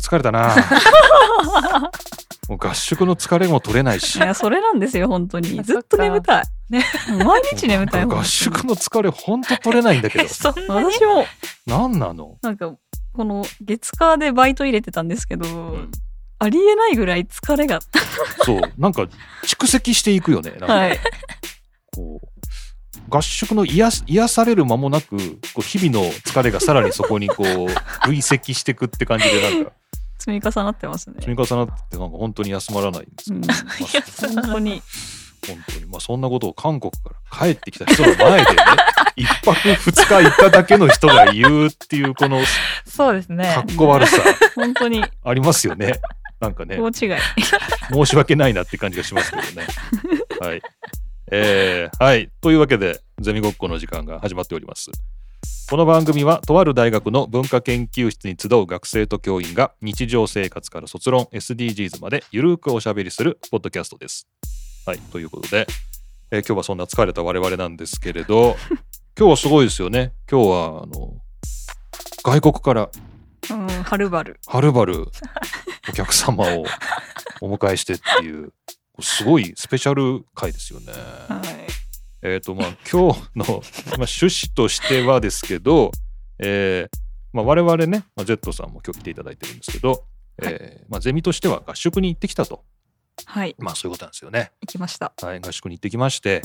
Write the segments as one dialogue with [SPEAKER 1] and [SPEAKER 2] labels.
[SPEAKER 1] 疲れたなもう合宿の疲れも取れないし
[SPEAKER 2] いやそれなんですよ本当に
[SPEAKER 3] あ
[SPEAKER 2] ずっと眠たい
[SPEAKER 3] ね
[SPEAKER 2] 毎日眠たい
[SPEAKER 1] 合
[SPEAKER 2] 本
[SPEAKER 1] 宿の疲れほんと取れないんだけ ど
[SPEAKER 3] そん
[SPEAKER 2] 当
[SPEAKER 3] な
[SPEAKER 2] に
[SPEAKER 3] に
[SPEAKER 2] 私も
[SPEAKER 1] 何なの、
[SPEAKER 2] なんかこの月火でバイト入れてたんですけど、
[SPEAKER 1] うん
[SPEAKER 2] ありえないぐらい疲れが
[SPEAKER 1] そうなんか蓄積していくよねなんか
[SPEAKER 2] はい
[SPEAKER 1] こう合宿の癒す癒される間もなくこう日々の疲れがさらにそこにこう 累積していくって感じでなんか
[SPEAKER 2] 積み重なってますね、
[SPEAKER 1] 積み重なってってなんか本当に休まらないんです
[SPEAKER 2] う
[SPEAKER 1] よ、
[SPEAKER 2] ん、
[SPEAKER 1] ま
[SPEAKER 3] いや
[SPEAKER 1] あ
[SPEAKER 3] そん
[SPEAKER 2] 本当に
[SPEAKER 1] 本当にまあそんなことを韓国から帰ってきた人の前でね 一泊二日行っただけの人が言うっていうこの
[SPEAKER 3] そうですね
[SPEAKER 1] かっこ悪さ
[SPEAKER 2] 本当に
[SPEAKER 1] ありますよねなんかね
[SPEAKER 2] 大違い
[SPEAKER 1] 申し訳ないなって感じがしますけどねはいえーはいというわけでゼミごっこの時間が始まっておりますこの番組はとある大学の文化研究室に集う学生と教員が日常生活から卒論 SDGs までゆるーくおしゃべりするポッドキャストですはいということで、えー今日はそんな疲れた我々なんですけれど今日はすごいですよね今日はあの外国から
[SPEAKER 2] うんはるばる
[SPEAKER 1] はるばるお客様をお迎えしてっていう、すごいスペシャル回ですよね。
[SPEAKER 2] はい
[SPEAKER 1] えっ、と、まあ、今日の、まあ、趣旨としてはですけど、えーまあ、我々ね、まあ、Z さんも今日来ていただいてるんですけど、えーまあ、ゼミとしては合宿に行ってきたと、
[SPEAKER 2] はい
[SPEAKER 1] まあ、そういうことなんですよね。
[SPEAKER 2] 行きました
[SPEAKER 1] はい、合宿に行ってきまして、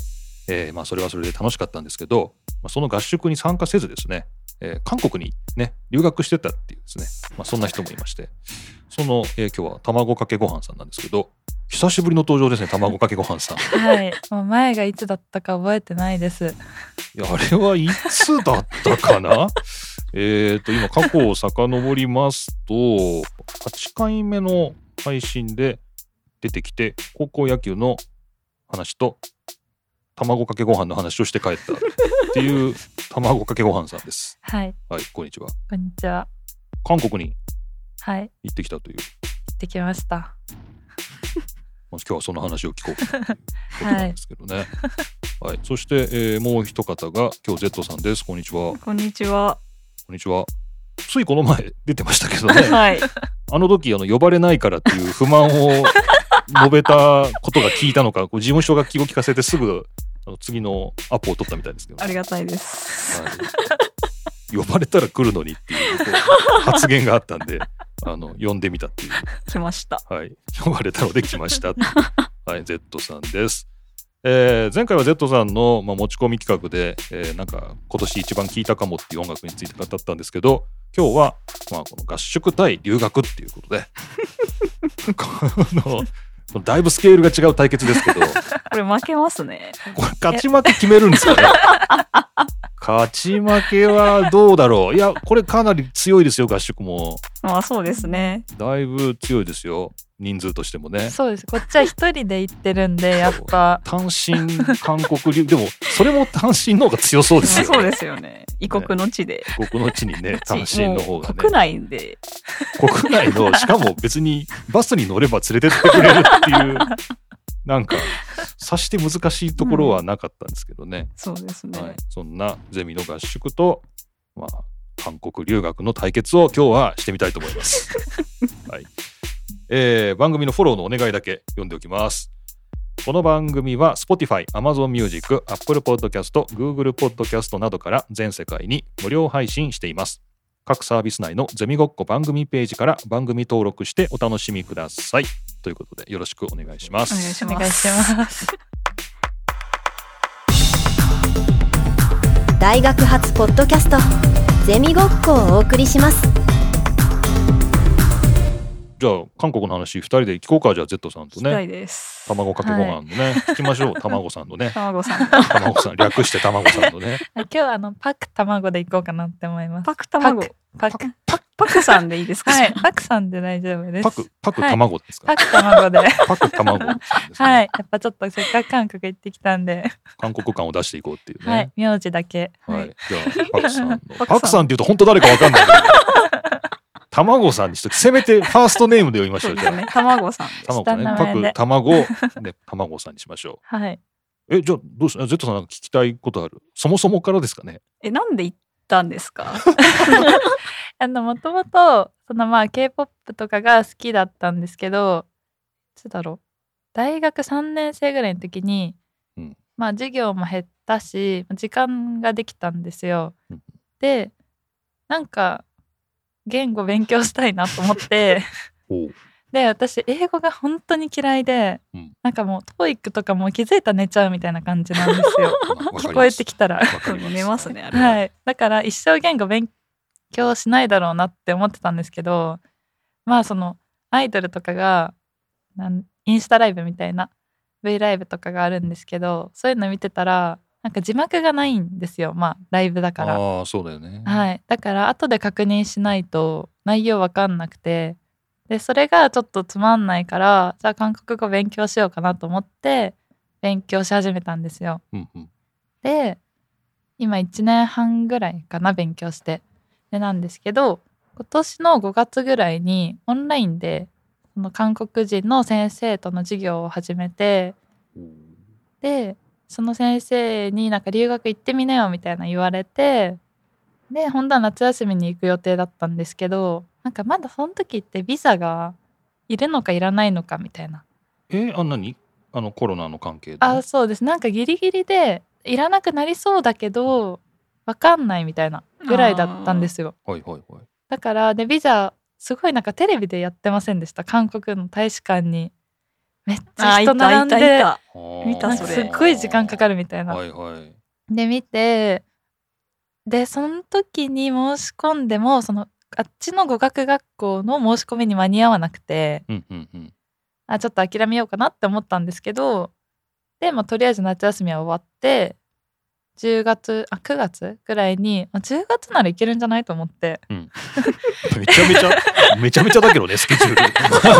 [SPEAKER 1] えーまあ、それはそれで楽しかったんですけど、まあ、その合宿に参加せずですね、えー韓国に、ね、留学してたっていうですね、まあ、そんな人もいましてその、えー今日は卵かけご飯さんなんですけど久しぶりの登場ですね卵かけご飯さんい
[SPEAKER 3] はいもう前がいつだったか覚えてないです
[SPEAKER 1] やあれはいつだったかな えっと今過去を遡りますと8回目の配信で出てきて高校野球の話と卵かけご飯の話をして帰ったっていう卵かけご飯さんです。
[SPEAKER 3] はい
[SPEAKER 1] はい、こんにちは。
[SPEAKER 3] こんにちは
[SPEAKER 1] 韓国に
[SPEAKER 3] はい行
[SPEAKER 1] 行ってきたという、
[SPEAKER 3] ってきました
[SPEAKER 1] まあ今日はその話を聞こうかということなんですけどね。はい、そして、えーもう一方が今日 Z さんです。こんにちは。こ
[SPEAKER 2] こんにちは
[SPEAKER 1] んにちは。ついこの前出てましたけどね。
[SPEAKER 2] はい
[SPEAKER 1] あの時あの呼ばれないからっていう不満を述べたことが聞いたのか、こう事務所が気を利かせてすぐあの次のアポを取ったみたいですけどね、
[SPEAKER 2] ありがたいです
[SPEAKER 1] はい 呼ばれたら来るのにっていうこう発言があったんであの呼んでみたっていう、
[SPEAKER 2] 来ました
[SPEAKER 1] はい、呼ばれたので来ましたっていうはい Z さんです、えー前回は Z さんの、まあ、持ち込み企画で、えーなんか今年一番聴いたかもっていう音楽について語ったんですけど今日は、まあ、この合宿対留学っていうことでこのこのだいぶスケールが違う対決ですけど
[SPEAKER 2] これ負けますね
[SPEAKER 1] これ勝ち負け決めるんですかね勝ち負けはどうだろういやこれかなり強いですよ合宿も
[SPEAKER 2] まあそうですね
[SPEAKER 1] だいぶ強いですよ人数としてもね
[SPEAKER 3] そうですこっちは一人で行ってるんでやっぱ
[SPEAKER 1] 単身韓国流で もそれも単身の方が強そうですよ
[SPEAKER 2] そうですよね異国の地で、
[SPEAKER 1] 国の地に ね単身の方が
[SPEAKER 2] もう
[SPEAKER 1] ね
[SPEAKER 2] 国内で
[SPEAKER 1] 国内 のしかも別にバスに乗れば連れてってくれるっていうなん か察して難しいところはなかったんですけどね、
[SPEAKER 2] そうですね、
[SPEAKER 1] はい、そんなゼミの合宿と、まあ、韓国留学の対決を今日はしてみたいと思います。 はいえー番組のフォローのお願いだけ読んでおきます。この番組は Spotify、Amazon Music、Apple Podcast、Google Podcast などから全世界に無料配信しています。各サービス内のゼミごっこ番組ページから番組登録してお楽しみください。ということでよろしくお願いします。
[SPEAKER 2] お願いします
[SPEAKER 3] お願いします
[SPEAKER 4] 大学発ポッドキャストゼミごっこをお送りします
[SPEAKER 1] じゃあ韓国の話2人で聞こうかじゃあ Z さんと
[SPEAKER 2] 聞き
[SPEAKER 1] ね。
[SPEAKER 2] たいです、
[SPEAKER 1] 卵かけご飯のね、聞きましょう卵さんのね
[SPEAKER 2] 卵さん
[SPEAKER 1] 卵さん略して卵さんのね
[SPEAKER 3] 今日はあのパク卵で行こうかなって思います。
[SPEAKER 2] パク卵
[SPEAKER 3] パクパク
[SPEAKER 2] パクさんでいいですか、
[SPEAKER 3] はい、パクさんで大丈夫です。
[SPEAKER 1] パクパク卵ですか、
[SPEAKER 3] パク卵で。
[SPEAKER 1] パク卵です、ね
[SPEAKER 3] はい、やっぱちょっとせっかく韓国行ってきたんで、
[SPEAKER 1] 韓国感を出していこうっていう
[SPEAKER 3] はい
[SPEAKER 1] ね、、
[SPEAKER 3] 名字だけ。
[SPEAKER 1] はい
[SPEAKER 3] はい、
[SPEAKER 1] じゃあパクさんの
[SPEAKER 2] パクさん
[SPEAKER 1] パクさんっていうと本当誰かわかんないけど卵さんにしときせめてファーストネームで呼びまし
[SPEAKER 2] そ
[SPEAKER 1] ょ
[SPEAKER 2] う
[SPEAKER 1] う
[SPEAKER 2] で
[SPEAKER 1] じゃ
[SPEAKER 2] す
[SPEAKER 1] あ
[SPEAKER 2] ね卵さんです
[SPEAKER 1] 卵さんねパク卵ね卵さんにしましょ
[SPEAKER 3] はい、
[SPEAKER 1] うえじゃあどうした Z さんなんか聞きたいことあるそもそもからですかね
[SPEAKER 2] えなんで行ったんですか
[SPEAKER 3] あの、もともと、そのまあ、K-POP とかが好きだったんですけど、いつだろう。大学3年生ぐらいの時に、
[SPEAKER 1] うん
[SPEAKER 3] まあ、授業も減ったし、時間ができたんですよ。
[SPEAKER 1] うん
[SPEAKER 3] で、なんか、言語勉強したいなと 思って、
[SPEAKER 1] おう
[SPEAKER 3] で、私、英語が本当に嫌いで、
[SPEAKER 1] うん
[SPEAKER 3] なんかもう、トーイックとかもう気づいたら寝ちゃうみたいな感じなんですよ。
[SPEAKER 1] ま あわか
[SPEAKER 3] 聞
[SPEAKER 1] り
[SPEAKER 3] こ
[SPEAKER 1] ま
[SPEAKER 3] え
[SPEAKER 1] す
[SPEAKER 3] てきたら。
[SPEAKER 1] わかり
[SPEAKER 2] 寝ますねあれ
[SPEAKER 3] はい、だから一生言語勉強しないだろうなって思ってたんですけどまあそのアイドルとかがなんインスタライブみたいな V ライブとかがあるんですけどそういうの見てたらなんか字幕がないんですよまあライブだから。
[SPEAKER 1] ああそうだよね
[SPEAKER 3] はい、だから後で確認しないと内容わかんなくてでそれがちょっとつまんないからじゃあ韓国語勉強しようかなと思って勉強し始めたんですよ。
[SPEAKER 1] うんうん
[SPEAKER 3] で今1年半ぐらいかな勉強してでなんですけど今年の5月ぐらいにオンラインでその韓国人の先生との授業を始めてでその先生になんか留学行ってみなよみたいな言われてで本当は夏休みに行く予定だったんですけどなんかまだその時ってビザがいるのかいらないのかみたいな
[SPEAKER 1] えーあ何あのコロナの関係で
[SPEAKER 3] あそうですなんかギリギリでいらなくなりそうだけどわかんないみたいなぐらいだったんですよ
[SPEAKER 1] はいはいはい
[SPEAKER 3] だからでビザすごいなんかテレビでやってませんでした韓国の大使館にめっちゃ
[SPEAKER 2] あ、い
[SPEAKER 3] 人
[SPEAKER 2] た、
[SPEAKER 3] 並
[SPEAKER 2] い
[SPEAKER 3] ん
[SPEAKER 2] た、い
[SPEAKER 3] で
[SPEAKER 2] た。
[SPEAKER 1] あー
[SPEAKER 2] 見た
[SPEAKER 3] なん
[SPEAKER 2] そ
[SPEAKER 3] か
[SPEAKER 2] れ
[SPEAKER 3] すっごい時間かかるみたいな、
[SPEAKER 1] はいはい
[SPEAKER 3] で見てでその時に申し込んでもそのあっちの語学学校の申し込みに間に合わなくて
[SPEAKER 1] うんうんうん
[SPEAKER 3] あちょっと諦めようかなって思ったんですけどで、まあ、とりあえず夏休みは終わって10月あ9月ぐらいにあ10月ならいけるんじゃないと思って
[SPEAKER 1] めちゃめち ゃめちゃめちゃだけどねスケジュール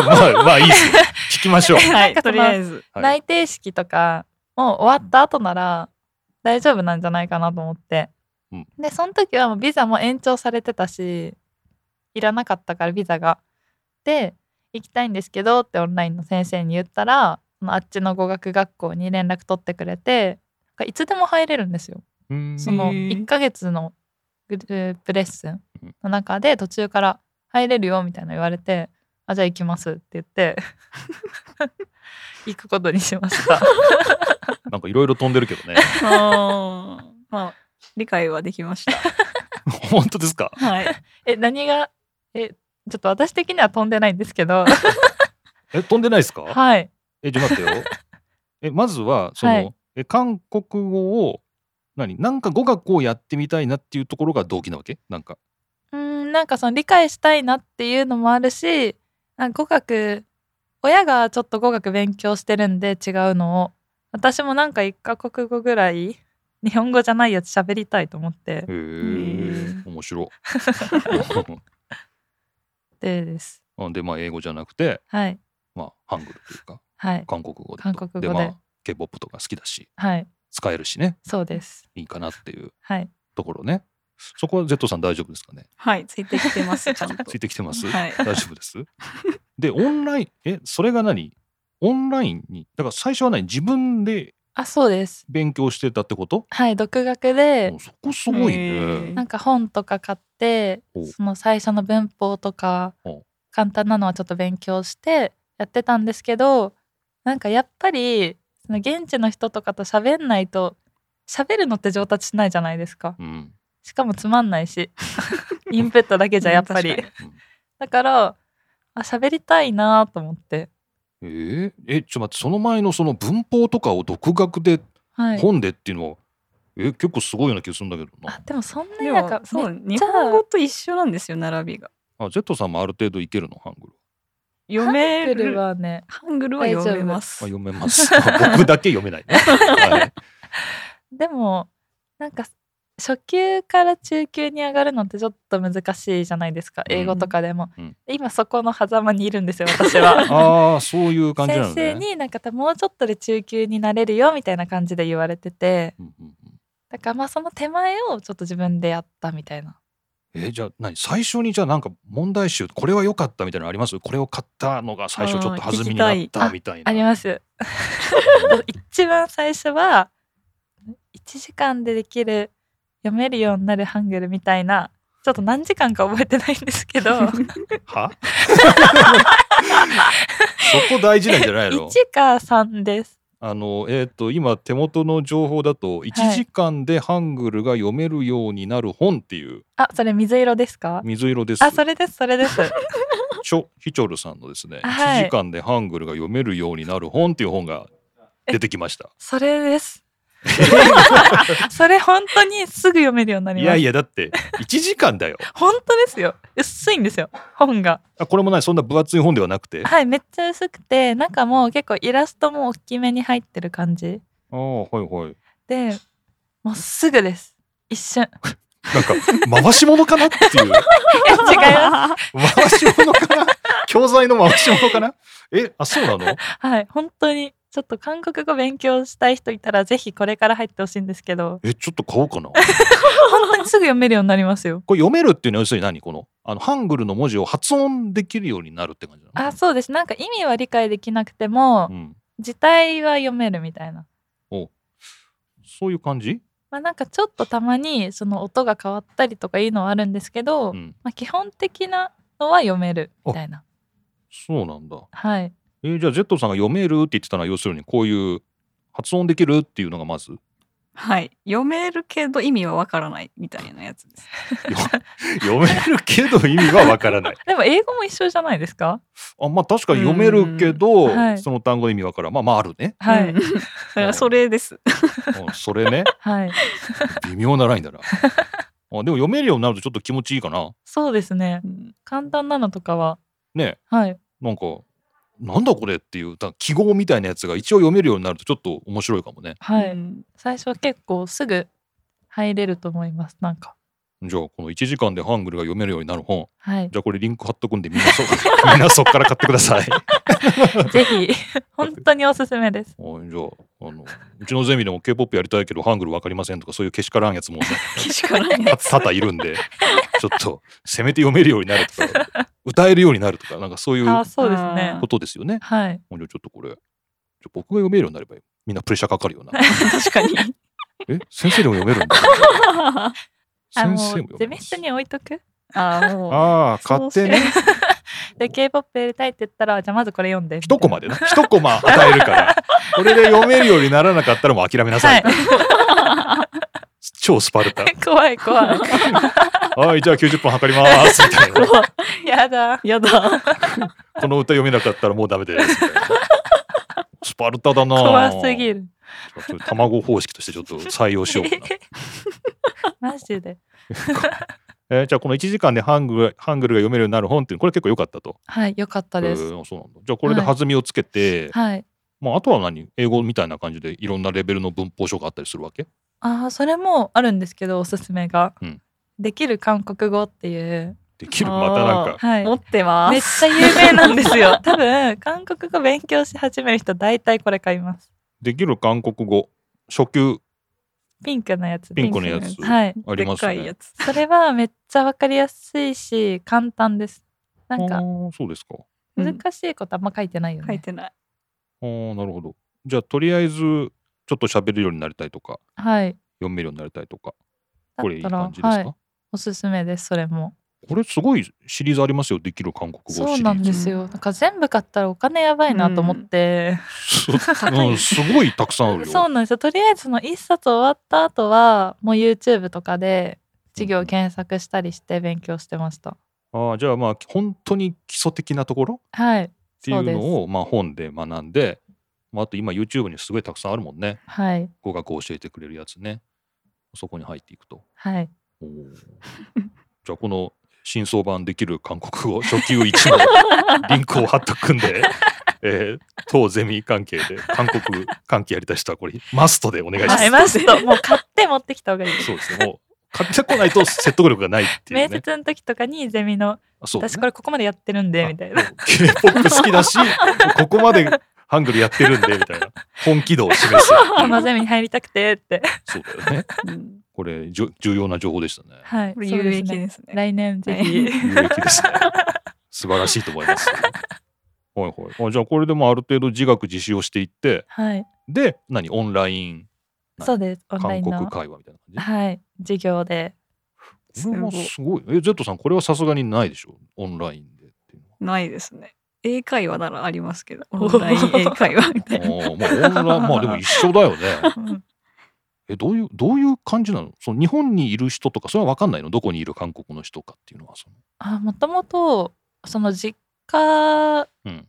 [SPEAKER 1] まあまあまあいいっす よ聞きましょう
[SPEAKER 2] はい、
[SPEAKER 3] なんかそ
[SPEAKER 2] と
[SPEAKER 3] の
[SPEAKER 2] りあえず。
[SPEAKER 1] はい
[SPEAKER 3] 内定式とかもう終わった後なら大丈夫なんじゃないかなと思って、
[SPEAKER 1] うん
[SPEAKER 3] でその時はもうビザも延長されてたしいらなかったからビザが。で行きたいんですけどってオンラインの先生に言ったらそのあっちの語学学校に連絡取ってくれてなんかいつでも入れるんですよ。
[SPEAKER 1] うん
[SPEAKER 3] そ
[SPEAKER 2] へ
[SPEAKER 3] の
[SPEAKER 2] ー
[SPEAKER 3] 1ヶ月のグループレッスンの中で途中から入れるよみたいなの言われて「あじゃあ行きます」って言って 行くことにしました。
[SPEAKER 1] なんかいろいろ飛んでるけ どね
[SPEAKER 2] あーまあ、理解はできました。
[SPEAKER 1] 本当ですか
[SPEAKER 2] はい。
[SPEAKER 3] え何がえちょっと私的には飛んでないんですけど
[SPEAKER 1] え飛んでないですか、
[SPEAKER 3] はい
[SPEAKER 1] えちょっと待っ てよえまずはその、
[SPEAKER 3] はい
[SPEAKER 1] え韓国語を何なんか語学をやってみたいなっていうところが動機なわけなんか
[SPEAKER 3] うんなんかその理解したいなっていうのもあるしなんか語学親がちょっと語学勉強してるんで違うのを私もなんか1カ国語ぐらい日本語じゃないやつ喋りたいと思って
[SPEAKER 1] へえ面 白
[SPEAKER 3] でです。
[SPEAKER 1] うんでまあ英語じゃなくて
[SPEAKER 3] はい
[SPEAKER 1] まあハングルという か
[SPEAKER 3] はい
[SPEAKER 1] 韓国語で
[SPEAKER 3] 韓国語で
[SPEAKER 1] まあ K-POP とか好きだし
[SPEAKER 3] はい
[SPEAKER 1] 使えるしね
[SPEAKER 3] そうです
[SPEAKER 1] いいかなっていう
[SPEAKER 3] はい
[SPEAKER 1] ところねそこは Z さん大丈夫ですか ね
[SPEAKER 2] はい、ついてきてます、 ちゃんと
[SPEAKER 1] つ。いてきてます、
[SPEAKER 2] はい
[SPEAKER 1] 大丈夫ですでオンラインえそれが何オンラインにだから最初は何自分で
[SPEAKER 3] あそうです
[SPEAKER 1] 勉強してたってこと
[SPEAKER 3] はい独学で
[SPEAKER 1] もうそこすごい
[SPEAKER 2] へ
[SPEAKER 1] ね
[SPEAKER 2] ー
[SPEAKER 3] なんか本とか買って
[SPEAKER 1] お
[SPEAKER 3] その最初の文法とか
[SPEAKER 1] お
[SPEAKER 3] 簡単なのはちょっと勉強してやってたんですけどなんかやっぱりその現地の人とかと喋んないと喋るのって上達しないじゃないですか
[SPEAKER 1] うん
[SPEAKER 3] しかもつまんないしインプットだけじゃやっぱ
[SPEAKER 2] うん
[SPEAKER 3] り
[SPEAKER 2] 確
[SPEAKER 3] だからあ喋りたいなと思って
[SPEAKER 1] えー、えちょっと待ってその前のその文法とかを独学で
[SPEAKER 3] はい
[SPEAKER 1] 本でっていうのは、え結構すごいような気がするんだけどな
[SPEAKER 3] あでもそんなに
[SPEAKER 2] で
[SPEAKER 3] なんか
[SPEAKER 2] も、そう、
[SPEAKER 3] っ
[SPEAKER 2] 日
[SPEAKER 3] ちゃ
[SPEAKER 2] 本語と一緒なんですよ、並びが。
[SPEAKER 1] あ Z さんもある程度いけるのハングル
[SPEAKER 2] 読め
[SPEAKER 3] ハングル
[SPEAKER 2] る。
[SPEAKER 3] はね
[SPEAKER 2] ハングルは読めます。
[SPEAKER 1] あ読めます僕だけ読 めない、ねはい、
[SPEAKER 3] でもなんか初級から中級に上がるのってちょっと難しいじゃないですか
[SPEAKER 1] うん
[SPEAKER 3] 英語とかでも、
[SPEAKER 1] うん
[SPEAKER 3] 今そこの狭間にいるんですよ私は。
[SPEAKER 1] ああそういう感じなの
[SPEAKER 3] 先生
[SPEAKER 1] ね
[SPEAKER 3] になんかもうちょっとで中級になれるよみたいな感じで言われてて
[SPEAKER 1] うんうんうん
[SPEAKER 3] だからまあその手前をちょっと自分でやったみたいな
[SPEAKER 1] えーじゃあ何最初にじゃあなんか問題集これは良かったみたいなのありますこれを買ったのが最初ちょっと弾みになったみたいな
[SPEAKER 3] あ ります。一番最初は1時間でできる読めるようになるハングルみたいなちょっと何時間か覚えてないんで すけど
[SPEAKER 1] はそこ大事なんじゃないの
[SPEAKER 3] 1か3です
[SPEAKER 1] あの、えー、と今手元の情報だと1時間でハングルが読めるようになる本っていう
[SPEAKER 3] あそれ水色ですか
[SPEAKER 1] 水色です。
[SPEAKER 3] あそれですそ れです
[SPEAKER 1] チョ・ヒチョルさんのですね、
[SPEAKER 3] はい
[SPEAKER 1] 1時間でハングルが読めるようになる本っていう本が出てきました。
[SPEAKER 3] それです それ本当にすぐ読めるようになり
[SPEAKER 1] い
[SPEAKER 3] ま
[SPEAKER 1] や
[SPEAKER 3] す
[SPEAKER 1] いやだって1時間 だよ。
[SPEAKER 3] 本当ですよ薄いんですよ本が
[SPEAKER 1] あこれもないそんな分厚い本ではなくて。あ
[SPEAKER 3] はいめっちゃ薄くて中も結構イラストも大きめに入ってる感じ
[SPEAKER 1] あはいはい。
[SPEAKER 3] でもうすぐです一 瞬
[SPEAKER 1] なんか回し物かなっていう
[SPEAKER 3] え違いま す
[SPEAKER 1] 回し物かな教材の回し物かなえあそうなの
[SPEAKER 3] はい本当にちょっと韓国語勉強したい人いたらぜひこれから入ってほしいんですけど
[SPEAKER 1] えちょっと買おうかな。
[SPEAKER 3] 本当にすぐ読めるようになりますよ
[SPEAKER 1] これ読めるっていうのは要するに何このあのハングルの文字を発音できるようになるって感じなの
[SPEAKER 3] あそうですなんか意味は理解できなくても
[SPEAKER 1] うん、
[SPEAKER 3] 字体は読めるみたいな
[SPEAKER 1] そういう感じ、
[SPEAKER 3] まあなんかちょっとたまにその音が変わったりとかいうのはあるんですけど、
[SPEAKER 1] うん、
[SPEAKER 3] まあ、基本的なのは読めるみたいな
[SPEAKER 1] そうなんだ。
[SPEAKER 3] はい
[SPEAKER 1] えーじゃあ Z さんが読めるって言ってたのは要するにこういう発音できるっていうのがまず
[SPEAKER 2] はい。読めるけど意味はわからないみたいなやつです。
[SPEAKER 1] 読めるけど意味はわからない。
[SPEAKER 3] でも英語も一緒じゃないですか
[SPEAKER 1] あまあ確かに読めるけど、
[SPEAKER 3] うんはい
[SPEAKER 1] その単語の意味わからんまあまああるね。
[SPEAKER 3] はい、
[SPEAKER 2] うん。それはそれです。
[SPEAKER 1] うんそれ ね
[SPEAKER 3] はい
[SPEAKER 1] 微妙なラインだな。あでも読めるようになるとちょっと気持ちいいかな。
[SPEAKER 3] そうですね
[SPEAKER 2] うん
[SPEAKER 3] 簡単なのとかは
[SPEAKER 1] ね
[SPEAKER 3] はい
[SPEAKER 1] なんかなんだこれっていうだ記号みたいなやつが一応読めるようになるとちょっと面白いかもね。
[SPEAKER 3] はい、
[SPEAKER 2] うん
[SPEAKER 3] 最初は結構すぐ入れると思いますなんか
[SPEAKER 1] じゃあこの1時間でハングルが読めるようになる本
[SPEAKER 3] はい
[SPEAKER 1] じゃあこれリンク貼っとくんでみんなそ みんなそっから買ってください。
[SPEAKER 3] ぜひ本当におすすめです
[SPEAKER 1] おいじゃああのうちのゼミでも K-POP やりたいけどハングルわかりませんとかそういうけしからんやつもね
[SPEAKER 2] けしからん
[SPEAKER 1] 多
[SPEAKER 2] やつ
[SPEAKER 1] 々いるんでちょっとせめて読めるようになるとか歌えるようになるとかなんかそういう
[SPEAKER 3] あそうですね
[SPEAKER 2] あ
[SPEAKER 1] ことですよね。
[SPEAKER 3] はい
[SPEAKER 1] ほんでちょっとこれじゃあ僕が読めるようになればみんなプレッシャーかかるよな。
[SPEAKER 2] 確か に。
[SPEAKER 1] え先生でも読めるんだ。
[SPEAKER 3] あ
[SPEAKER 1] 先
[SPEAKER 3] の
[SPEAKER 1] 生も読め
[SPEAKER 3] ゼミ
[SPEAKER 1] る
[SPEAKER 3] 室に置いとく
[SPEAKER 2] ああ、もう。
[SPEAKER 1] ああ買ってね
[SPEAKER 3] で K-POP やりたいって言ったらじゃあまずこれ読んで
[SPEAKER 1] 一コマでな一コマ与えるからこれで読めるようにならなかったらもう諦めなさい、超スパルタ
[SPEAKER 3] はい 怖い怖い
[SPEAKER 1] はいじゃあ90分測りますみたいな
[SPEAKER 3] やだ
[SPEAKER 2] やだ。
[SPEAKER 1] この歌読めなかったらもうダメですみたいなスパルタだな
[SPEAKER 3] 怖すぎる
[SPEAKER 1] ちょっと卵方式としてちょっと採用しようかな
[SPEAKER 3] マジで
[SPEAKER 1] えーじゃあこの1時間でハングルハングルが読めるようになる本っていうのこれ結構良かったと
[SPEAKER 3] はいよかったです、
[SPEAKER 1] えーそうなんだじゃあこれで弾みをつけて、
[SPEAKER 3] はい
[SPEAKER 1] まあ、あとは何英語みたいな感じでいろんなレベルの文法書があったりするわけ
[SPEAKER 3] あーそれもあるんですけどおすすめが、
[SPEAKER 1] うん
[SPEAKER 3] できる韓国語っていう
[SPEAKER 1] できるまたなんか
[SPEAKER 3] はい
[SPEAKER 2] 持
[SPEAKER 3] めっ
[SPEAKER 2] ってます。
[SPEAKER 3] ちゃ有名なんですよ多分韓国語勉強し始める人大体これ買います
[SPEAKER 1] できる韓国語初級
[SPEAKER 3] ピンクのやつ
[SPEAKER 1] ピンクのやつ
[SPEAKER 3] はい
[SPEAKER 1] あります
[SPEAKER 2] でっかい
[SPEAKER 1] ね
[SPEAKER 2] やつ。
[SPEAKER 3] それはめっちゃわかりやすいし簡単ですなん
[SPEAKER 1] あ
[SPEAKER 3] か
[SPEAKER 1] ーそうですか
[SPEAKER 2] う
[SPEAKER 3] 難
[SPEAKER 2] ん
[SPEAKER 3] しいことあんま書いてないよね、
[SPEAKER 2] 書いてない。
[SPEAKER 1] あーなるほどじゃあとりあえずちょっと喋るようになりたいとか
[SPEAKER 3] はい
[SPEAKER 1] 読めるようになりたいとか
[SPEAKER 3] だ
[SPEAKER 1] これい
[SPEAKER 3] っ
[SPEAKER 1] い
[SPEAKER 3] たら
[SPEAKER 1] 感じですか、
[SPEAKER 3] はい、おすすめですそれも
[SPEAKER 1] これすごいシリーズありますよできる韓国語シリーズ
[SPEAKER 3] そうなんですよなんか全部買ったらお金やばいなと思って、
[SPEAKER 1] すうん、すごいたくさんあるよ
[SPEAKER 3] そうなんですよとりあえずその一冊終わった後はもう YouTube とかで授業検索したりして勉強してました、
[SPEAKER 1] あーじゃあまあ本当に基礎的なところっ
[SPEAKER 3] はい
[SPEAKER 1] ていう
[SPEAKER 3] そうです
[SPEAKER 1] のをまあ本で学んで、まあ、あと今 YouTube にすごいたくさんあるもんね
[SPEAKER 3] はい
[SPEAKER 1] 語学を教えてくれるやつねそこに入っていくと
[SPEAKER 3] はい
[SPEAKER 1] おーじゃあこの新装版できる韓国語初級1の リンクを貼っとくんで、えー当ゼミ関係で韓国関係やりたい人はこれマストでお願いします。
[SPEAKER 3] 買いま したもう買って持ってきた方がいい
[SPEAKER 1] そうですね。もう買ってこないと説得力がないっていう
[SPEAKER 3] 面
[SPEAKER 1] ね。
[SPEAKER 3] 接の時とかにゼミの
[SPEAKER 1] あそう
[SPEAKER 3] 私これここまでやってるんでみたいな
[SPEAKER 1] k p o p 好きだ し、ここまでハングルやってるんでみたいな本気度を示 す。
[SPEAKER 3] このゼミに入りたくてって
[SPEAKER 1] そうだよね。
[SPEAKER 2] うん
[SPEAKER 1] これじゅ重要な情報でしたね。
[SPEAKER 3] はい
[SPEAKER 2] これ
[SPEAKER 3] そう
[SPEAKER 2] 有
[SPEAKER 3] です
[SPEAKER 2] 益
[SPEAKER 3] ね
[SPEAKER 2] ですね。
[SPEAKER 3] 来年ぜ
[SPEAKER 2] は
[SPEAKER 3] ひ
[SPEAKER 2] い
[SPEAKER 1] 有益ですね。素晴らしいと思います。はいはい。あじゃあこれでもある程度自学自習をしていって、
[SPEAKER 3] はい
[SPEAKER 1] で何オンライン
[SPEAKER 3] そうですオンライ
[SPEAKER 1] 韓国
[SPEAKER 3] ンの
[SPEAKER 1] 会話みたいな感
[SPEAKER 3] はい授業で
[SPEAKER 1] じ。これもすごい。え、Z さん、これはさすがにないでしょオンラインでっていう
[SPEAKER 2] ないですね。英会話ならありますけど、オンライン英会話みたいな。
[SPEAKER 1] のは。あーまあ、オンライン、まあでも一緒だよね。え、どういう、どういう感じなのその日本にいる人とか、それは分かんないのどこにいる韓国の人かっていうのは。その
[SPEAKER 3] あもともとその実家
[SPEAKER 1] うん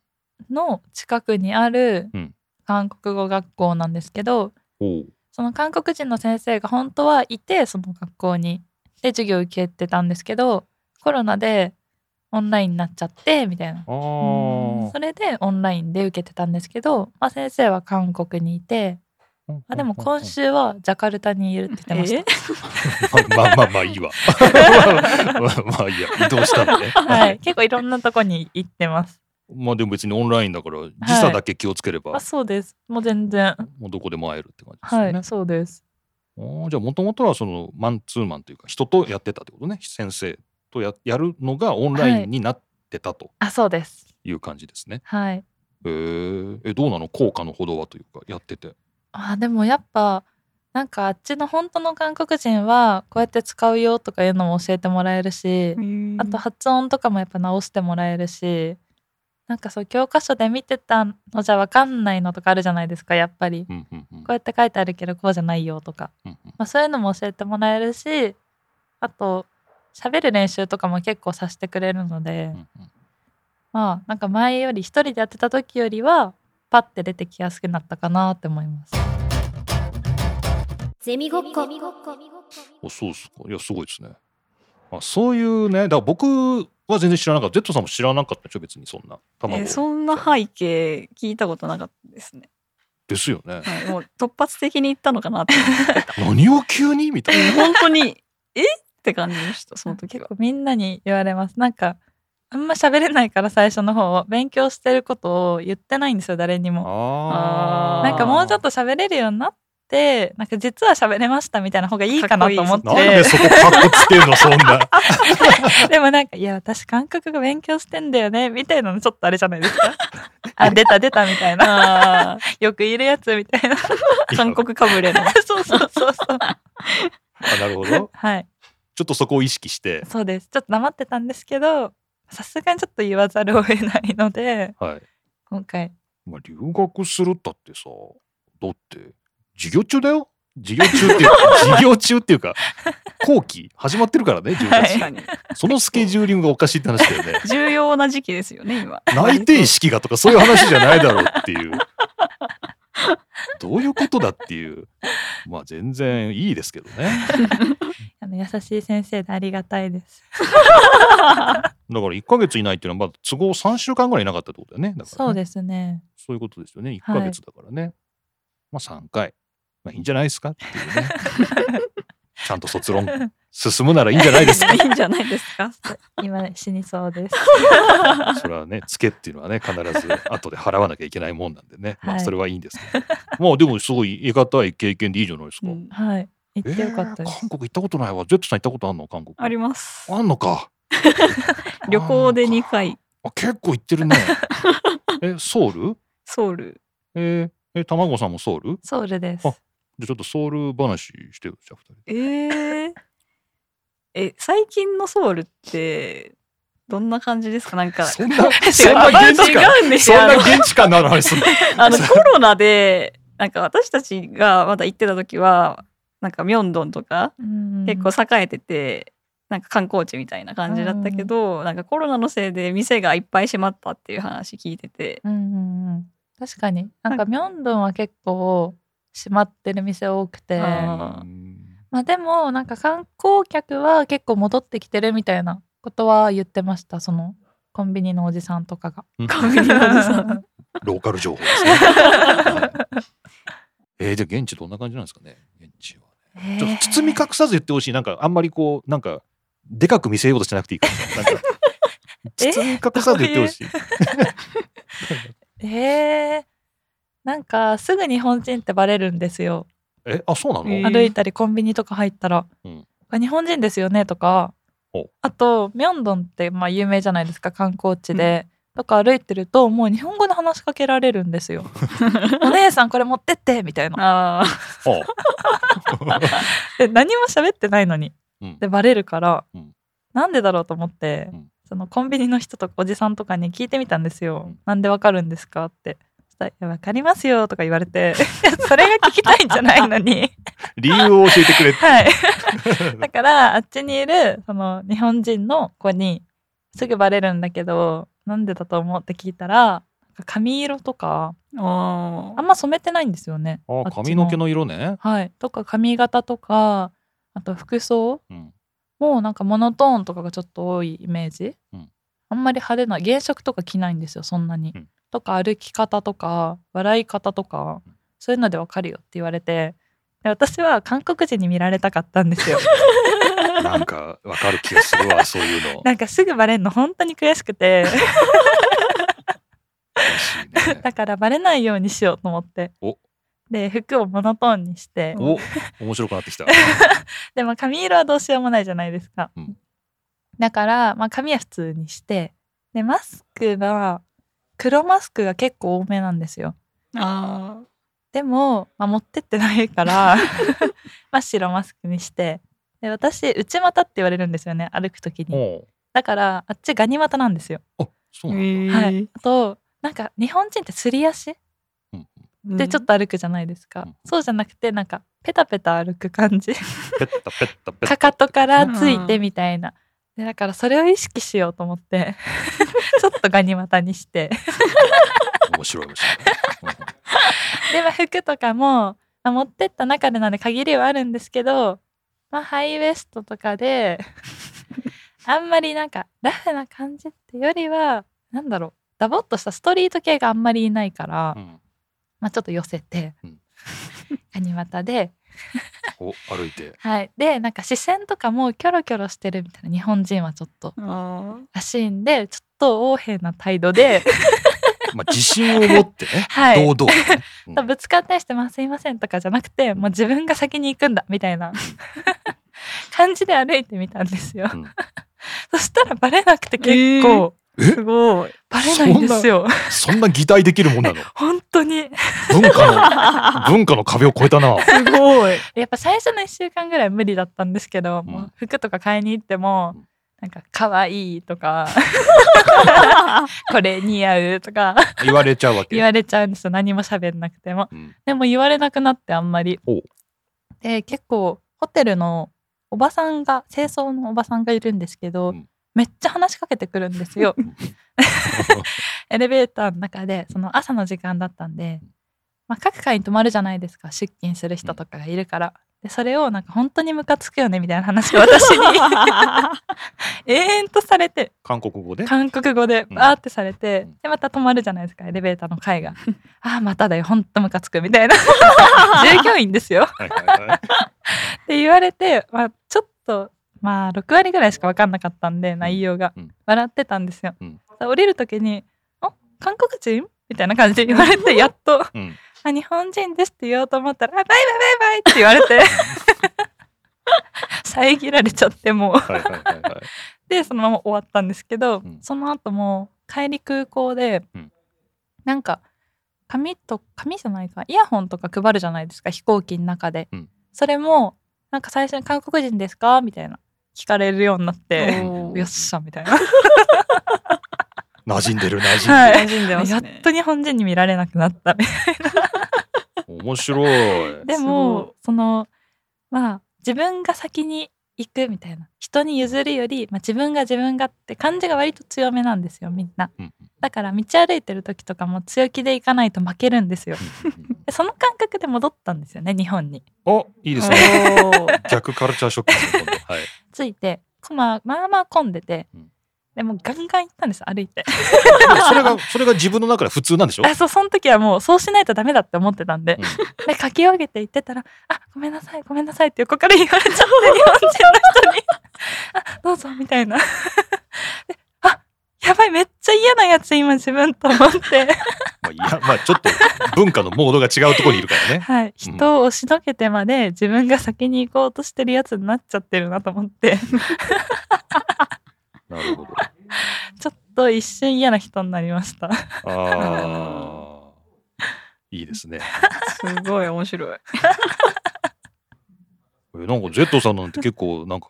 [SPEAKER 3] の近くにある
[SPEAKER 1] うん
[SPEAKER 3] 韓国語学校なんですけど、
[SPEAKER 1] おう
[SPEAKER 3] その韓国人の先生が本当はいてその学校にで授業を受けてたんですけどコロナでオンラインになっちゃってみたいな
[SPEAKER 1] あ
[SPEAKER 3] それでオンラインで受けてたんですけど、まあ、先生は韓国にいて
[SPEAKER 1] ー
[SPEAKER 3] あでも今。週はジャカルタにいるって言ってました。
[SPEAKER 1] まあまあまあまあいい わ。まあまあいいや、移動したのね。
[SPEAKER 3] はい、結構いろんなとこに行ってます。
[SPEAKER 1] まあでも別にオンラインだから、時差だけ気をつければ、
[SPEAKER 3] あそうですもう全然
[SPEAKER 1] もうどこでも会えるって感じですよ
[SPEAKER 3] は
[SPEAKER 1] ね。
[SPEAKER 3] い、そうです
[SPEAKER 1] おーじゃあもともとはそのマンツーマンというか人とやってたってことね先生とややるのがオンラインになってたと
[SPEAKER 3] あそうです
[SPEAKER 1] いう感じですね。
[SPEAKER 3] はい
[SPEAKER 1] へーえどうなの効果のほどはというかやってて。
[SPEAKER 3] あでもやっぱなんかあっちの本当の韓国人はこうやって使うよとかいうのも教えてもらえるし、あと発音とかもやっぱ直してもらえるしなんかそう教科書で見てたのじゃわかんないのとかあるじゃないですかやっぱり
[SPEAKER 1] うんうんうん
[SPEAKER 3] こうやって書いてあるけどこうじゃないよとか、
[SPEAKER 1] うんうん
[SPEAKER 3] まあ、そういうのも教えてもらえるしあと喋る練習とかも結構させてくれるので、
[SPEAKER 1] うんうん
[SPEAKER 3] まあなんか前より一人でやってた時よりはパッて出てきやすくなったかなって思います。
[SPEAKER 4] ゼミごっこ
[SPEAKER 1] おそうっすかいやすごいですね。あそういうねだから僕は全然知らなかった Z さんも知らなかったでしょ別にそんな卵、
[SPEAKER 2] えそんな背景聞いたことなかったですね。
[SPEAKER 1] ですよね。
[SPEAKER 2] はい、もう突発的に行ったのかなって。
[SPEAKER 1] 何を急にみた いな。
[SPEAKER 2] 本当に、えって感じでした、その時
[SPEAKER 3] 結
[SPEAKER 2] は。
[SPEAKER 3] 構みんなに言われますなんかあんま喋れないから最初の方勉強してることを言ってないんですよ誰にも
[SPEAKER 1] あー
[SPEAKER 3] なんかもうちょっと喋れるようになってなんか実は喋れましたみたいな方がいいかなと思っ
[SPEAKER 1] な
[SPEAKER 2] か
[SPEAKER 1] ん
[SPEAKER 2] っこいい
[SPEAKER 1] で
[SPEAKER 3] て
[SPEAKER 1] そこカッコつけんのそんな。
[SPEAKER 3] でもなんかいや私韓国語勉強してんだよねみたいなのちょっとあれじゃないですかあ出た出たみた いなよくいるやつみたいな
[SPEAKER 2] 韓国かぶれの。
[SPEAKER 3] そうそうそうそう
[SPEAKER 1] あなるほど。
[SPEAKER 3] はい
[SPEAKER 1] ちょっとそこを意識して。
[SPEAKER 3] そうですちょっと黙ってたんですけどさすがにちょっと言わざるを得ないので
[SPEAKER 1] はい。
[SPEAKER 3] 今回
[SPEAKER 1] まあ、留学するったってさ、だって、授業中だよ授業中っていう か、授業中っていうか、後期始まってるからね、授業
[SPEAKER 2] 確
[SPEAKER 1] 中
[SPEAKER 2] かに。
[SPEAKER 1] そのスケジューリングがおかしいって話だよ ね。
[SPEAKER 2] 重要な時期ですよね、今。
[SPEAKER 1] 内定式がとかそういう話じゃないだろうっていう。どういうことだっていう。まあ全然いいですけどね。
[SPEAKER 3] あの優しい先生でありがたいです。
[SPEAKER 1] だから1ヶ月いないっていうのは、まあ都合3週間ぐらいいなかったってことだよね。だからね
[SPEAKER 3] そうですね。
[SPEAKER 1] そういうことですよね。1
[SPEAKER 3] はい
[SPEAKER 1] ヶ月だからね。まあ3回。まあいいんじゃないですかっていうね。 ちゃんと卒論進むならいいんじゃないですか。
[SPEAKER 2] いいんじゃないですか。
[SPEAKER 3] 今死にそうです。
[SPEAKER 1] それはね、つけっていうのはね、必ず後で払わなきゃいけないもんなんでね。まあ
[SPEAKER 3] はい
[SPEAKER 1] それはいいんですけど。まあでもすごい得難い経験でいいじゃないですか。
[SPEAKER 2] うん
[SPEAKER 3] はい。行
[SPEAKER 1] え
[SPEAKER 3] ってよかった
[SPEAKER 1] ー
[SPEAKER 3] です。
[SPEAKER 1] 韓国行ったことないわ。ジェットさん行ったことあんの韓国。
[SPEAKER 2] あります。
[SPEAKER 1] あんのか。
[SPEAKER 2] 旅行で
[SPEAKER 1] あんの
[SPEAKER 2] 2
[SPEAKER 1] か
[SPEAKER 2] 回、
[SPEAKER 1] あ結構行ってるね。え、ソウル
[SPEAKER 2] ソウル。
[SPEAKER 1] えー、え、卵さんもソウル
[SPEAKER 3] ソウルです。
[SPEAKER 1] あじゃあちょっとソウル話してよ、じゃあ二人で。
[SPEAKER 2] えー、え、最近のソウルって、どんな感じですかなんか。
[SPEAKER 1] そんな、そ
[SPEAKER 2] 違
[SPEAKER 1] ん
[SPEAKER 2] う
[SPEAKER 1] な現地感
[SPEAKER 2] 違うんです
[SPEAKER 1] そん
[SPEAKER 2] よ。あ
[SPEAKER 1] な
[SPEAKER 2] の
[SPEAKER 1] 現地感のある話すんの
[SPEAKER 2] あのコロナで、なんか私たちがまだ行ってた時は、なんかミョンドンとか、結構栄えてて、なんか観光地みたいな感じだったけど、なんかコロナのせいで店がいっぱい閉まったっていう話聞いてて、
[SPEAKER 3] うんうんうん。確かに。なんかミョンドンは結構閉まってる店多くて、
[SPEAKER 2] あ
[SPEAKER 3] まあでもなんか観光客は結構戻ってきてるみたいなことは言ってました。そのコンビニのおじさんとかが。
[SPEAKER 2] コンビニのおじさん
[SPEAKER 1] ローカル情報ですね。はいえー、じゃあ現地どんな感じなんですかね現地は。ちょっと包み隠さず言ってほしい。なんかあんまりこう、なんか、でかく見せようとしなくていいから。なんか
[SPEAKER 3] え
[SPEAKER 1] 包み隠さず言ってほしい。
[SPEAKER 3] えーえーなんかすぐ日本人ってバレるんですよ。
[SPEAKER 1] え、あ、そうなの、
[SPEAKER 2] えー
[SPEAKER 3] 歩いたりコンビニとか入ったら、
[SPEAKER 1] うん
[SPEAKER 3] これ日本人ですよねとか
[SPEAKER 1] ほう
[SPEAKER 3] あとミョンドンってまあ有名じゃないですか観光地で、とか歩いてるともう日本語で話しかけられるん ですよ。お姉さんこれ持ってってみたいな。
[SPEAKER 2] ああ、
[SPEAKER 1] ほう
[SPEAKER 3] で何も喋ってないのに。
[SPEAKER 1] うん
[SPEAKER 3] でバレるから、
[SPEAKER 1] うん
[SPEAKER 3] なんでだろうと思って、
[SPEAKER 1] うん
[SPEAKER 3] そのコンビニの人とかおじさんとかに聞いてみたんですよ。
[SPEAKER 1] うん
[SPEAKER 3] なんでわかるんですかって。そしたらいやわかりますよとか言われて いやそれが聞きたいんじゃない のに
[SPEAKER 1] 理由を教えて くれって。
[SPEAKER 3] はいだからあっちにいるその日本人の子にすぐバレるんだけどなんでだと思うって聞いたらなんか髪色とか
[SPEAKER 2] お
[SPEAKER 3] あんま染めてないんですよね
[SPEAKER 1] あ
[SPEAKER 3] あっち
[SPEAKER 1] 髪の毛の色ね。
[SPEAKER 3] はいとか髪型とかあと服装
[SPEAKER 1] うん
[SPEAKER 3] もうなんかモノトーンとかがちょっと多いイメージ、
[SPEAKER 1] うん
[SPEAKER 3] あんまり派手な原色とか着ないんですよそんなに、
[SPEAKER 1] うん
[SPEAKER 3] とか歩き方とか笑い方とか
[SPEAKER 1] うん
[SPEAKER 3] そういうのでわかるよって言われてで私は韓国人に見られたかったんですよ
[SPEAKER 1] なんかわかる気がするわ、そういうの。
[SPEAKER 3] なんかすぐバレるの本当に悔しく て
[SPEAKER 1] 嬉しいね
[SPEAKER 3] だからバレないようにしようと思って
[SPEAKER 1] お
[SPEAKER 3] で服をモノトーンにして
[SPEAKER 1] お、面白くなってきた。
[SPEAKER 3] でも髪色はどうしようもないじゃないですか。
[SPEAKER 1] うん
[SPEAKER 3] だから、まあ、髪は普通にしてでマスクは黒マスクが結構多めなんですよ。
[SPEAKER 2] あ
[SPEAKER 3] でも、まあ、持ってってないから 真っ白マスクにしてで私内股って言われるんですよね歩く時に。
[SPEAKER 1] おう
[SPEAKER 3] だからあっちガニ股なんですよ。
[SPEAKER 1] あ、そう
[SPEAKER 2] ー。
[SPEAKER 1] なんだ。
[SPEAKER 2] へえ
[SPEAKER 3] はい、あとなんか日本人ってすり足でちょっと歩くじゃないですか、
[SPEAKER 1] うん
[SPEAKER 3] そうじゃなくてなんかペタペタ歩く 感じ
[SPEAKER 1] ペッタペッタペッタ。
[SPEAKER 3] かかとからついてみたいな、でだからそれを意識しようと思って ちょっとガニ股にして
[SPEAKER 1] 面白い面白い。
[SPEAKER 3] で、まあ、服とかも、まあ、持ってった中でなんで限りはあるんですけど、まあ、ハイウエストとかであんまりなんかラフな感じってよりはなんだろうダボっとしたストリート系があんまりいないから、
[SPEAKER 1] うんうん
[SPEAKER 3] まあ、ちょっと寄せて、
[SPEAKER 1] うん
[SPEAKER 3] ガニ股で
[SPEAKER 1] お、歩いて。
[SPEAKER 3] はいでなんか視線とかもキョロキョロしてるみたいな日本人はちょっと。
[SPEAKER 2] あ
[SPEAKER 3] らしいんでちょっと横柄な態 度で。
[SPEAKER 1] まあ、自信を持ってね
[SPEAKER 3] は
[SPEAKER 1] 堂
[SPEAKER 3] い
[SPEAKER 1] 々とね。うん
[SPEAKER 3] ぶつかったりして「まあ、すいません」とかじゃなくてもう自分が先に行くんだみた いな感じで歩いてみたんですよ、
[SPEAKER 1] うん
[SPEAKER 3] そしたらバレなくて結構、
[SPEAKER 2] ーすご い。
[SPEAKER 3] バレないんですよ
[SPEAKER 1] そんな擬態できるもんなの。
[SPEAKER 3] 本当に
[SPEAKER 1] 文化 の、文化の壁を越えたな。
[SPEAKER 2] すごい。
[SPEAKER 3] やっぱ最初の1週間ぐらい無理だったんですけど、もう服とか買いに行っても
[SPEAKER 1] うん
[SPEAKER 3] なんか「可愛い とか「これ似合う」とか
[SPEAKER 1] 言われちゃうわけ。
[SPEAKER 3] 言われちゃうんですよ何も喋んなくても。
[SPEAKER 1] うん
[SPEAKER 3] でも言われなくなってあんまり
[SPEAKER 1] ほう。
[SPEAKER 3] で結構ホテルのおばさんが清掃のおばさんがいるんですけど、
[SPEAKER 1] うん
[SPEAKER 3] めっちゃ話しかけてくるんで すよエレベーターの中でその朝の時間だったんで、まあ、各階に泊まるじゃないですか出勤する人とかがいるから。でそれをなんか本当にムカつくよねみたいな話を 私に延々とされて
[SPEAKER 1] 韓国語で。
[SPEAKER 3] 韓国語で
[SPEAKER 1] うん
[SPEAKER 3] バーってされて、
[SPEAKER 1] うん
[SPEAKER 3] でまた止まるじゃないですかエレベーターの階 がああまただよほんとムカつくみたいな従業員ですよっ
[SPEAKER 1] はいはいはい
[SPEAKER 3] て言われて、まあ、ちょっとまあ6割ぐらいしか分かんなかったんで内容が、
[SPEAKER 1] うん
[SPEAKER 3] 笑ってたんですよ、
[SPEAKER 1] うん
[SPEAKER 3] 降りる時に「あ韓国人?」みたいな感じで言われてやっと「
[SPEAKER 1] うん
[SPEAKER 3] あ日本人です」って言おうと思ったら「あバイバイバイバイ」って言われ て遮られちゃってもう
[SPEAKER 1] はいはいはいはい。
[SPEAKER 3] でそのまま終わったんですけど、
[SPEAKER 1] うん
[SPEAKER 3] その後もう帰り空港で、
[SPEAKER 1] うん
[SPEAKER 3] なんか紙と紙じゃないかイヤホンとか配るじゃないですか飛行機の中で、
[SPEAKER 1] うん
[SPEAKER 3] それもなんか最初に「韓国人ですか?」みたいな聞かれるようになって「
[SPEAKER 2] おー
[SPEAKER 3] よっしゃ」みたいな、
[SPEAKER 1] 馴染んでる馴染んでる。
[SPEAKER 3] はい
[SPEAKER 2] 馴染んでます
[SPEAKER 3] やっ
[SPEAKER 2] ね。
[SPEAKER 3] と日本人に見られなくなった
[SPEAKER 1] 面白い。
[SPEAKER 3] です
[SPEAKER 2] ご
[SPEAKER 3] もそのまあ自分が先に行くみたいな人に譲るより、まあ、自分が自分がって感じが割と強めなんですよみんな、
[SPEAKER 1] うん
[SPEAKER 3] だから道歩いてる時とかも強気で行かないと負けるんですよでその感覚で戻ったんですよね日本に
[SPEAKER 1] お、いいですね。
[SPEAKER 2] おー
[SPEAKER 1] 逆カルチャーショックですね今度はい。
[SPEAKER 3] ついてまあまあまあ混んでて
[SPEAKER 1] うん
[SPEAKER 3] でもうガンガン行ったんです歩いて
[SPEAKER 1] でもそれが、それが自分の中で普通なんでしょ
[SPEAKER 3] あそうその時はもうそうしないとダメだって思ってたんで、
[SPEAKER 1] う
[SPEAKER 3] で書き上げて言ってたら「あごめんなさいごめんなさい」って横から言われちゃって日本人の人に 「あどうぞ」みたいな。であやばいめっちゃ嫌なやつ今自分と思 って、
[SPEAKER 1] んまあ、いや、まあ、ちょっと文化のモードが違うところにいるからね。
[SPEAKER 3] はい、人を押しのけてまで自分が先に行こうとしてるや つになっちゃってるなと思って
[SPEAKER 1] なるほど。
[SPEAKER 3] ちょっと一瞬嫌な人になりました。
[SPEAKER 1] ああ。いいですね。
[SPEAKER 2] すごい面白い。
[SPEAKER 1] えなんか Z さんなんて結構なんか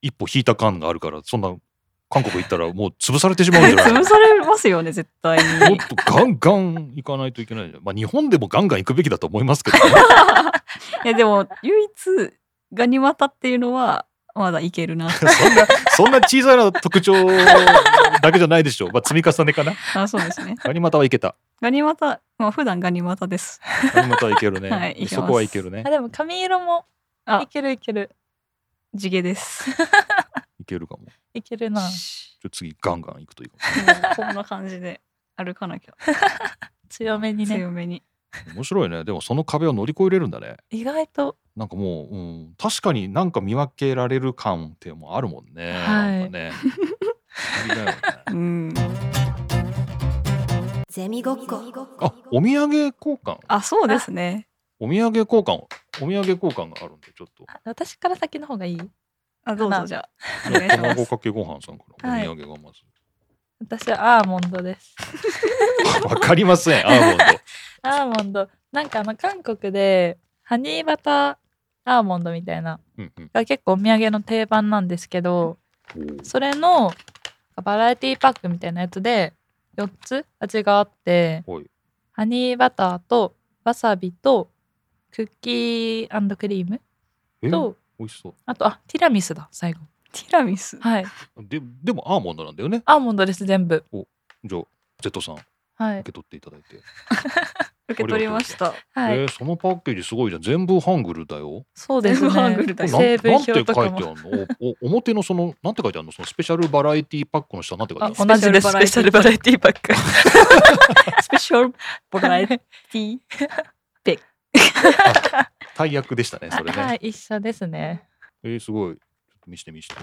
[SPEAKER 1] 一歩引いた感があるから、そんな韓国行ったらもう潰されてしまうんじゃない
[SPEAKER 2] 潰されますよね、絶対
[SPEAKER 1] もっ
[SPEAKER 2] に。
[SPEAKER 1] とガンガン行かないといけないんじゃないまあ日本でもガンガン行くべきだと思いますけどね、
[SPEAKER 2] いや、でも、唯一、ガニ股っていうのは、まだいけるな。
[SPEAKER 1] そんな、そんな小さな特徴だけじゃないでしょう。まあ積み重ねかな。
[SPEAKER 2] あ、そうですね。
[SPEAKER 1] ガニ股はいけた。
[SPEAKER 2] ガニ股、まあ、普段ガニ股です。
[SPEAKER 1] ガニ股はいけるね。
[SPEAKER 2] はいいけます
[SPEAKER 1] そこはいけるね
[SPEAKER 3] あ。でも髪色も
[SPEAKER 2] あ
[SPEAKER 3] いけるいける
[SPEAKER 2] 地毛 です。
[SPEAKER 1] いけるかも。
[SPEAKER 3] いけるな。
[SPEAKER 1] ちょ次ガンガン行くといいか
[SPEAKER 2] こんな感じで歩かなきゃ。
[SPEAKER 3] 強めにね。
[SPEAKER 2] 強めに。
[SPEAKER 1] も。面白いね。でもその壁を乗り越えれるんだね。
[SPEAKER 3] 意外と
[SPEAKER 1] なんかもう、うん、確かになんか見分けられる感ってもうあるもんね。
[SPEAKER 3] はい
[SPEAKER 1] なんかね。不思議だよね
[SPEAKER 2] うん。
[SPEAKER 4] ゼミごっこ
[SPEAKER 1] あ、お土産交換。
[SPEAKER 2] あ、そうですね。
[SPEAKER 1] お土産交換。お土産交換があるんで、ちょっと。
[SPEAKER 3] あ私から先の方がいい。
[SPEAKER 2] あ、どうぞ、じゃあ。お願いしま
[SPEAKER 1] 卵
[SPEAKER 2] す。
[SPEAKER 1] かけご飯さんからお土産がまず。
[SPEAKER 3] 私はアーモンドです。
[SPEAKER 1] わかりません。アーモンド。
[SPEAKER 3] アーモンドなんかあの韓国でハニーバターアーモンドみたいな
[SPEAKER 1] うんうん
[SPEAKER 3] が結構お土産の定番なんですけどそれのバラエティパックみたいなやつで4つ味があって
[SPEAKER 1] おい
[SPEAKER 3] ハニーバターとわさびとクッキークリーム
[SPEAKER 1] え
[SPEAKER 3] と
[SPEAKER 1] 美味しそう。
[SPEAKER 3] あとあティラミスだ最後
[SPEAKER 2] ティラミス。
[SPEAKER 3] はい
[SPEAKER 1] で、でもアーモンドなんだよね。
[SPEAKER 3] アーモンドです全部
[SPEAKER 1] じゃあ、Z さん、受
[SPEAKER 3] はい
[SPEAKER 1] け取っていただいて。
[SPEAKER 2] 受け取りました。
[SPEAKER 3] はい、
[SPEAKER 1] えーそのパッケージすごいじゃん。全部ハングルだよ。
[SPEAKER 3] そうです
[SPEAKER 2] 全
[SPEAKER 3] ね
[SPEAKER 2] 部ハングルだ
[SPEAKER 1] これ
[SPEAKER 2] よ
[SPEAKER 1] なん
[SPEAKER 3] 成分
[SPEAKER 1] なんて書
[SPEAKER 3] 表
[SPEAKER 1] いて
[SPEAKER 3] と
[SPEAKER 1] ある
[SPEAKER 3] かも
[SPEAKER 1] のお お表のその、なんて書いてあるのそのスペシャルバラエティパックの下、なんて書いてあ
[SPEAKER 3] あ
[SPEAKER 1] る
[SPEAKER 3] 同じですスペシャルバラエティパック
[SPEAKER 2] スペシャルボ ラエティ。
[SPEAKER 1] 大役でしたね、それね。
[SPEAKER 3] はい一緒ですね
[SPEAKER 1] えー、すごい。ちょっと見して見して。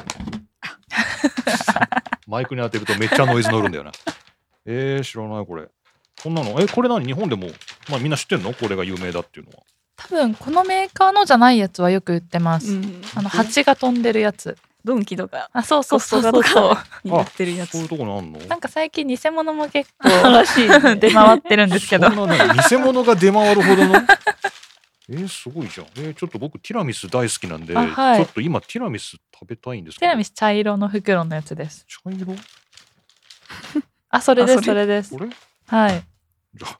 [SPEAKER 1] マイクに当てるとめっちゃノイズ乗るんだよな。 えー、知らないこれ。こんなの、え、これ何日本でも、まあみんな知ってんのこれが有名だっていうのは。
[SPEAKER 3] 多分このメーカーのじゃないやつはよく売ってます、
[SPEAKER 2] うん。
[SPEAKER 3] あの蜂が飛んでるやつ
[SPEAKER 2] ドンキとか
[SPEAKER 3] あそうそうそうそう
[SPEAKER 2] コスト
[SPEAKER 3] そう
[SPEAKER 2] コに売ってるやつ
[SPEAKER 1] そういうとこにあんの
[SPEAKER 3] なんか最近偽物も結構
[SPEAKER 2] らしいね
[SPEAKER 3] 出回ってるんですけど
[SPEAKER 1] そんなね、偽物が出回るほどの。えー、すごいじゃん。えー、ちょっと僕ティラミス大好きなんで、
[SPEAKER 3] あはい
[SPEAKER 1] ちょっと今ティラミス食べたいんですけ
[SPEAKER 3] テ
[SPEAKER 1] ど。
[SPEAKER 3] ィラミス茶色の袋のやつです
[SPEAKER 1] 茶色？
[SPEAKER 3] あそれです
[SPEAKER 2] あ
[SPEAKER 3] それ
[SPEAKER 2] そ
[SPEAKER 3] です
[SPEAKER 1] これ？
[SPEAKER 3] はい
[SPEAKER 1] じゃあ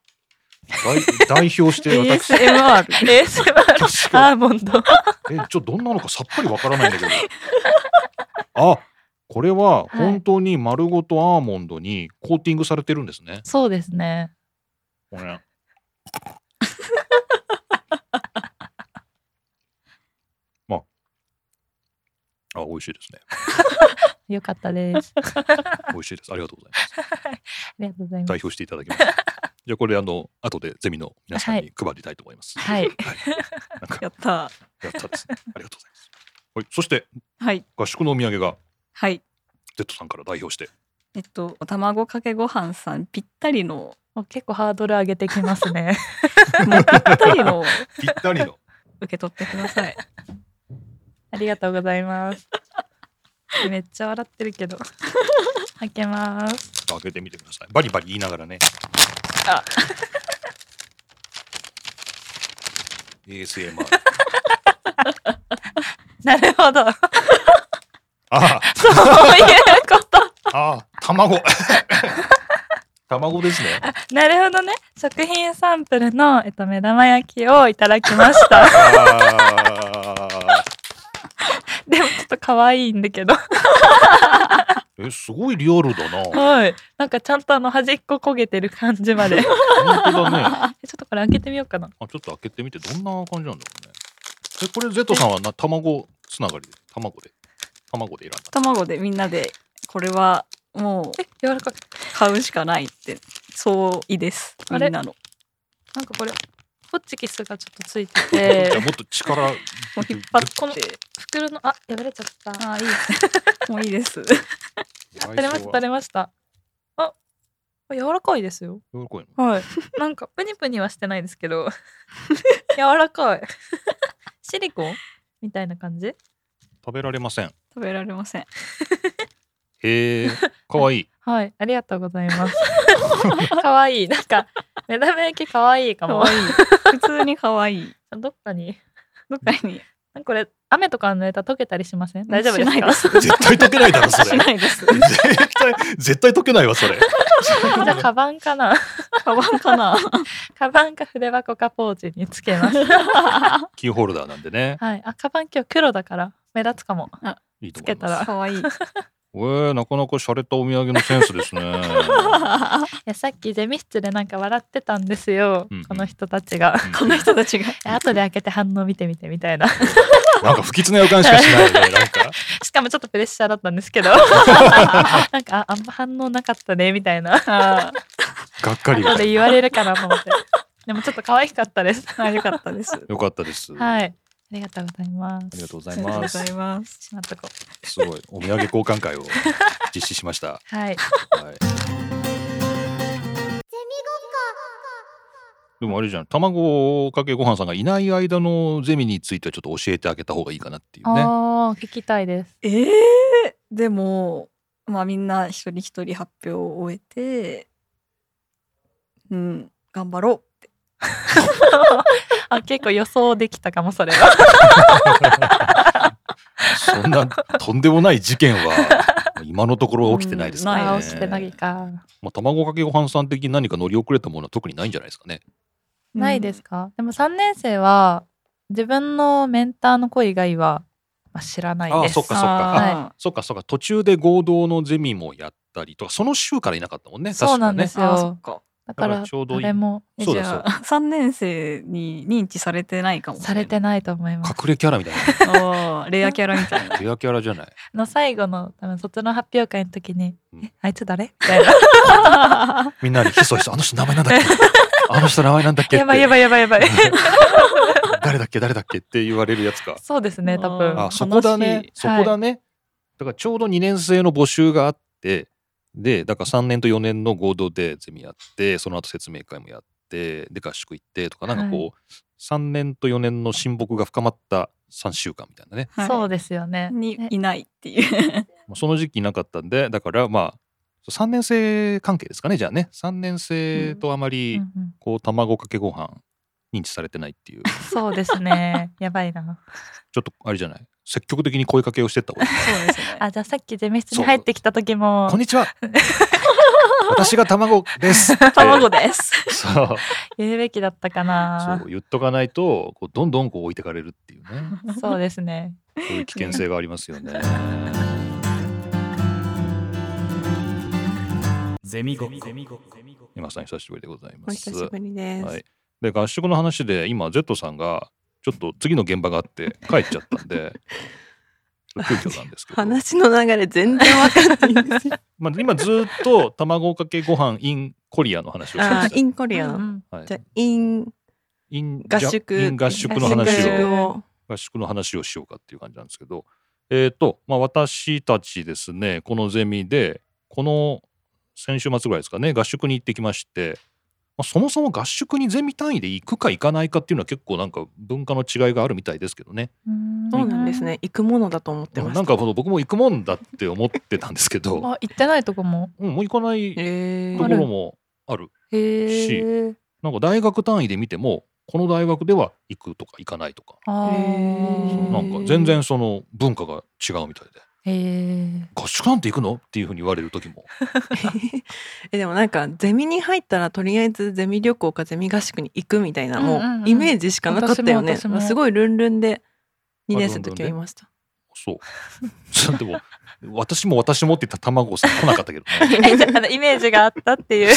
[SPEAKER 1] 代代表 して私、え
[SPEAKER 2] ASMR
[SPEAKER 3] ASMR アーモンド
[SPEAKER 1] ちょっとどんなのかさっぱりわからないんだけど。 あ、これは本当に丸ごとアーモンドにコーティングされてるんですね。
[SPEAKER 3] そうですね
[SPEAKER 1] これ。 まあ、あ、美味しいですね。
[SPEAKER 3] よかったですあ
[SPEAKER 1] 美味しいです。ありがとうございます。
[SPEAKER 3] りがとうございます
[SPEAKER 1] 代表していただきました。じゃあこれあの後でゼミの皆さんに配りたいと思います。
[SPEAKER 3] はい
[SPEAKER 1] なんか
[SPEAKER 2] やった。
[SPEAKER 1] やったです。ありがとうございます。はい。そして
[SPEAKER 2] はい。
[SPEAKER 1] 合宿のお土産が
[SPEAKER 2] はい。
[SPEAKER 1] Z さんから代表して。
[SPEAKER 2] えっと、卵かけご飯さんぴったりの、
[SPEAKER 3] もう結構ハードル上げてきますね
[SPEAKER 2] もうぴったりのを
[SPEAKER 1] ぴったりの。
[SPEAKER 2] 受け取ってください。
[SPEAKER 3] ありがとうございますめっちゃ笑ってるけど開けます
[SPEAKER 1] 開けてみてください。バリバリ言いながらね。
[SPEAKER 3] あ
[SPEAKER 1] ASMR。
[SPEAKER 3] なるほど
[SPEAKER 1] あ
[SPEAKER 3] そういうこと
[SPEAKER 1] あ、ああ、卵。 卵ですね。
[SPEAKER 3] なるほどね食品サンプルの、えっと、目玉焼きをいただきました
[SPEAKER 1] あー
[SPEAKER 3] でもちょっと可愛いんだけど。
[SPEAKER 1] え、すごいリアルだな。
[SPEAKER 3] はい。なんかちゃんとあの端っこ焦げてる感じまで。 ちょっ
[SPEAKER 1] 本当だね。
[SPEAKER 3] とこれ開けてみようかな。
[SPEAKER 1] あちょっと開けてみてどんな感じなんだろうね。えこれ Z さんはな卵つながりで卵で卵で選んだ。
[SPEAKER 2] 卵でみんなで、これはもう
[SPEAKER 3] え、柔らかい。
[SPEAKER 2] 買うしかないって、相違です。み
[SPEAKER 3] あれ
[SPEAKER 2] んなの。
[SPEAKER 3] なんかこれ、ホッチキスがちょっとついて
[SPEAKER 1] じゃ あ
[SPEAKER 3] て、
[SPEAKER 1] もっと力も
[SPEAKER 2] もう引っ張
[SPEAKER 3] この
[SPEAKER 2] って。
[SPEAKER 3] 袋の、あ、破れちゃった。
[SPEAKER 2] ああ、いい。 もういいです。
[SPEAKER 1] 取
[SPEAKER 3] 取れました、取れました。あ、これ柔らかいですよ。
[SPEAKER 1] 喜ぶの。
[SPEAKER 3] はい。なんかプニプニはしてないですけ ど、柔らかい。 シリコンみたいな感じ
[SPEAKER 1] 食べられません。
[SPEAKER 2] 食べられません。
[SPEAKER 1] へえ、可愛いい。
[SPEAKER 3] はい、ありがとうございます。 可愛いなんか目玉焼き可愛いか
[SPEAKER 2] 可
[SPEAKER 3] も。
[SPEAKER 2] 愛い普通に可愛い
[SPEAKER 3] どっかに
[SPEAKER 2] どっかに
[SPEAKER 3] これ雨とか濡れたら溶けたりしません？大丈夫で
[SPEAKER 2] し
[SPEAKER 3] す
[SPEAKER 2] ない
[SPEAKER 3] か
[SPEAKER 2] で？す
[SPEAKER 1] 絶対解けないだろそ
[SPEAKER 2] し
[SPEAKER 1] れ
[SPEAKER 2] ないです
[SPEAKER 1] 絶対絶対解けないわそれ
[SPEAKER 3] じゃあカバンかな。
[SPEAKER 2] カバンかな
[SPEAKER 3] カバンか筆箱かポーチにつけます。
[SPEAKER 1] キーホルダーなんでね
[SPEAKER 3] はい。あカバン今日黒だから目立つかも。
[SPEAKER 1] いいと
[SPEAKER 3] つ
[SPEAKER 1] 思い
[SPEAKER 3] け
[SPEAKER 1] ま
[SPEAKER 3] た
[SPEAKER 1] す
[SPEAKER 3] ら
[SPEAKER 2] 可愛い
[SPEAKER 1] えー、なかなか洒落たお土産のセンスですね
[SPEAKER 3] いやさっきゼミ室でなんか笑ってたんですよ。
[SPEAKER 1] うんうん
[SPEAKER 3] この人たちが。
[SPEAKER 2] この人たちが
[SPEAKER 3] 後で開けて反応見てみてみたい な。
[SPEAKER 1] なんか不吉な予感しかしないよねなんか
[SPEAKER 3] しかもちょっとプレッシャーだったんですけど。 なんかああんま反応なかったねみたいな。
[SPEAKER 2] あ
[SPEAKER 1] がっかり
[SPEAKER 3] 後
[SPEAKER 1] が
[SPEAKER 3] で言われるかなと思って。 でもちょっと可愛かったです。
[SPEAKER 2] あよかったです
[SPEAKER 1] よかったです、
[SPEAKER 3] はい。
[SPEAKER 1] あ
[SPEAKER 3] ありがとうございます。
[SPEAKER 1] りがとうご
[SPEAKER 2] あ
[SPEAKER 1] ざい
[SPEAKER 2] りがとう
[SPEAKER 1] ま
[SPEAKER 2] ご
[SPEAKER 1] す
[SPEAKER 2] ざいます
[SPEAKER 3] しまっとこう。
[SPEAKER 1] すごいお土産交換会を実施しました、
[SPEAKER 3] はい。
[SPEAKER 1] はい、でもあれじゃん卵かけご飯さんがいない間のゼミについてはちょっと教えてあげた方がいいかなっていうね
[SPEAKER 3] ああ、聞きた いです。
[SPEAKER 2] ええでもまあみんな一人一人発表を終えてうん頑張ろ
[SPEAKER 3] あ、結構予想できたかも、それは。
[SPEAKER 1] そんなとんでもない事件は 今のところ起きてないですからね。
[SPEAKER 3] あー、してないか。
[SPEAKER 1] まあ、卵かけご飯さん的に何か乗り遅れたものは特にないんじゃないですかね。
[SPEAKER 2] う
[SPEAKER 3] ないですか。でも三年生は、自分のメンターの子以外は、まあ、知らないです。
[SPEAKER 1] あーそっかそっか
[SPEAKER 2] あ
[SPEAKER 1] そっかそっか途中で合同のゼミもやったりとかその週からいなかったもんね。確かね
[SPEAKER 3] そうなんです
[SPEAKER 2] ーあーそっか
[SPEAKER 3] だか
[SPEAKER 1] だから
[SPEAKER 3] ら、
[SPEAKER 1] ちょうどいい
[SPEAKER 3] 誰も
[SPEAKER 2] え
[SPEAKER 1] そう
[SPEAKER 2] じ
[SPEAKER 1] だそう
[SPEAKER 2] ゃ
[SPEAKER 1] だ
[SPEAKER 2] あ3年生に認知されてないかも
[SPEAKER 3] されてないと思います
[SPEAKER 1] 隠。れキャラみたい
[SPEAKER 2] あーレアキャラみたいな
[SPEAKER 1] な。レアキャラじゃない。
[SPEAKER 3] の最後の、多分卒の発表会の時に
[SPEAKER 1] う、ん
[SPEAKER 3] え、あいつ誰みた いな。
[SPEAKER 1] みんなにひそひそあの人名前なん だっけあの人名前なんだっけ
[SPEAKER 3] やばいや
[SPEAKER 1] い。
[SPEAKER 3] ばいやばいやばい。
[SPEAKER 1] 誰だっけ誰だっけって言われるやつか。
[SPEAKER 3] そうですね、多
[SPEAKER 2] あ
[SPEAKER 3] 分。
[SPEAKER 1] あそこだね。そ
[SPEAKER 3] はい
[SPEAKER 1] こだね。だからちょうど2年生の募集があってでだから3年と4年の合同でゼミやってその後説明会もやってで合宿行ってとかなんかこう、
[SPEAKER 3] は
[SPEAKER 1] 3年と4年の親睦が深まった3週間みたいなね、
[SPEAKER 2] はい
[SPEAKER 3] そうですよね。
[SPEAKER 2] に
[SPEAKER 3] ね
[SPEAKER 2] いないっていう
[SPEAKER 1] まあその時期いなかったんでだからまあ3年生関係ですかねじゃあね3年生とあま
[SPEAKER 3] うんう
[SPEAKER 1] り
[SPEAKER 3] ん
[SPEAKER 1] こう卵かけご飯認知されてないっていう、ち
[SPEAKER 3] そうですね。やばいな。
[SPEAKER 1] ょっとあれじゃない積極的に声かけをしてった方がいい
[SPEAKER 2] そうですね
[SPEAKER 3] あ、じゃあさっきゼミ室
[SPEAKER 1] そう
[SPEAKER 3] に入ってきた時も
[SPEAKER 1] こん、にちは私が卵 です
[SPEAKER 2] 卵です
[SPEAKER 1] そう
[SPEAKER 3] 言うべきだったかな
[SPEAKER 1] そう。言っとかないとこうどんどんこう置いてかれるっていうね
[SPEAKER 3] そうですね。
[SPEAKER 1] そういう危険性がありますよね。
[SPEAKER 5] ゼミごっこ。
[SPEAKER 1] 今さん久しぶりでござい
[SPEAKER 6] お
[SPEAKER 1] ます。
[SPEAKER 6] 久しぶりです。
[SPEAKER 1] はい。で合宿の話で今 Z さんがちょっと次の現場があって帰っちゃったんで。ちょっと急遽なんですけど、
[SPEAKER 6] 話の流れ全然わかんないんですよ。
[SPEAKER 1] まあ、今ずっと卵かけご飯 in コリアの話をしてま
[SPEAKER 6] あ
[SPEAKER 1] し、た
[SPEAKER 6] インコリア
[SPEAKER 3] う
[SPEAKER 6] の。
[SPEAKER 3] ん
[SPEAKER 1] はい
[SPEAKER 6] じゃあ、イン
[SPEAKER 1] in
[SPEAKER 6] 合宿
[SPEAKER 1] in 合宿の話
[SPEAKER 6] 合宿
[SPEAKER 1] を
[SPEAKER 6] を。
[SPEAKER 1] 合宿の話をしようかっていう感じなんですけど、えーとまあ、私たちですねこのゼミでこの先週末ぐらいですかね合宿に行ってきまして、まあ、そもそも合宿にゼミ単位で行くか行かないかっていうのは結構なんか文化の違いがあるみたいですけどね
[SPEAKER 3] うん
[SPEAKER 6] そうなんです。ね。行くものだと思ってました。
[SPEAKER 1] なんかこの僕も行くもんだって思ってたんですけど、
[SPEAKER 3] あ、行ってないとこも。
[SPEAKER 1] うん、もう行かないと
[SPEAKER 6] え
[SPEAKER 1] こ
[SPEAKER 6] ー
[SPEAKER 1] ろもある
[SPEAKER 3] へえ。
[SPEAKER 1] なんか大学単位で見てもこの大学では行くとか行かないとか
[SPEAKER 3] あ
[SPEAKER 6] へ
[SPEAKER 1] な
[SPEAKER 6] ー
[SPEAKER 1] んか全然その文化が違うみたいで
[SPEAKER 3] え。へ
[SPEAKER 1] 合宿なんて行くのっていうふうに言われる時も
[SPEAKER 6] えでもなんかゼミに入ったらとりあえずゼミ旅行かゼミ合宿に行くみたいな
[SPEAKER 3] う
[SPEAKER 6] も
[SPEAKER 3] んうんうん
[SPEAKER 6] うイメージしかなかったよね
[SPEAKER 3] 私も私も
[SPEAKER 6] すごいルンルンで
[SPEAKER 1] あ
[SPEAKER 6] 2年生の時は
[SPEAKER 1] ルンルンで
[SPEAKER 6] いました
[SPEAKER 1] そう でも私も私もって言った卵さん来なかったけどね
[SPEAKER 3] え。 じゃああのイメージがあったっていう。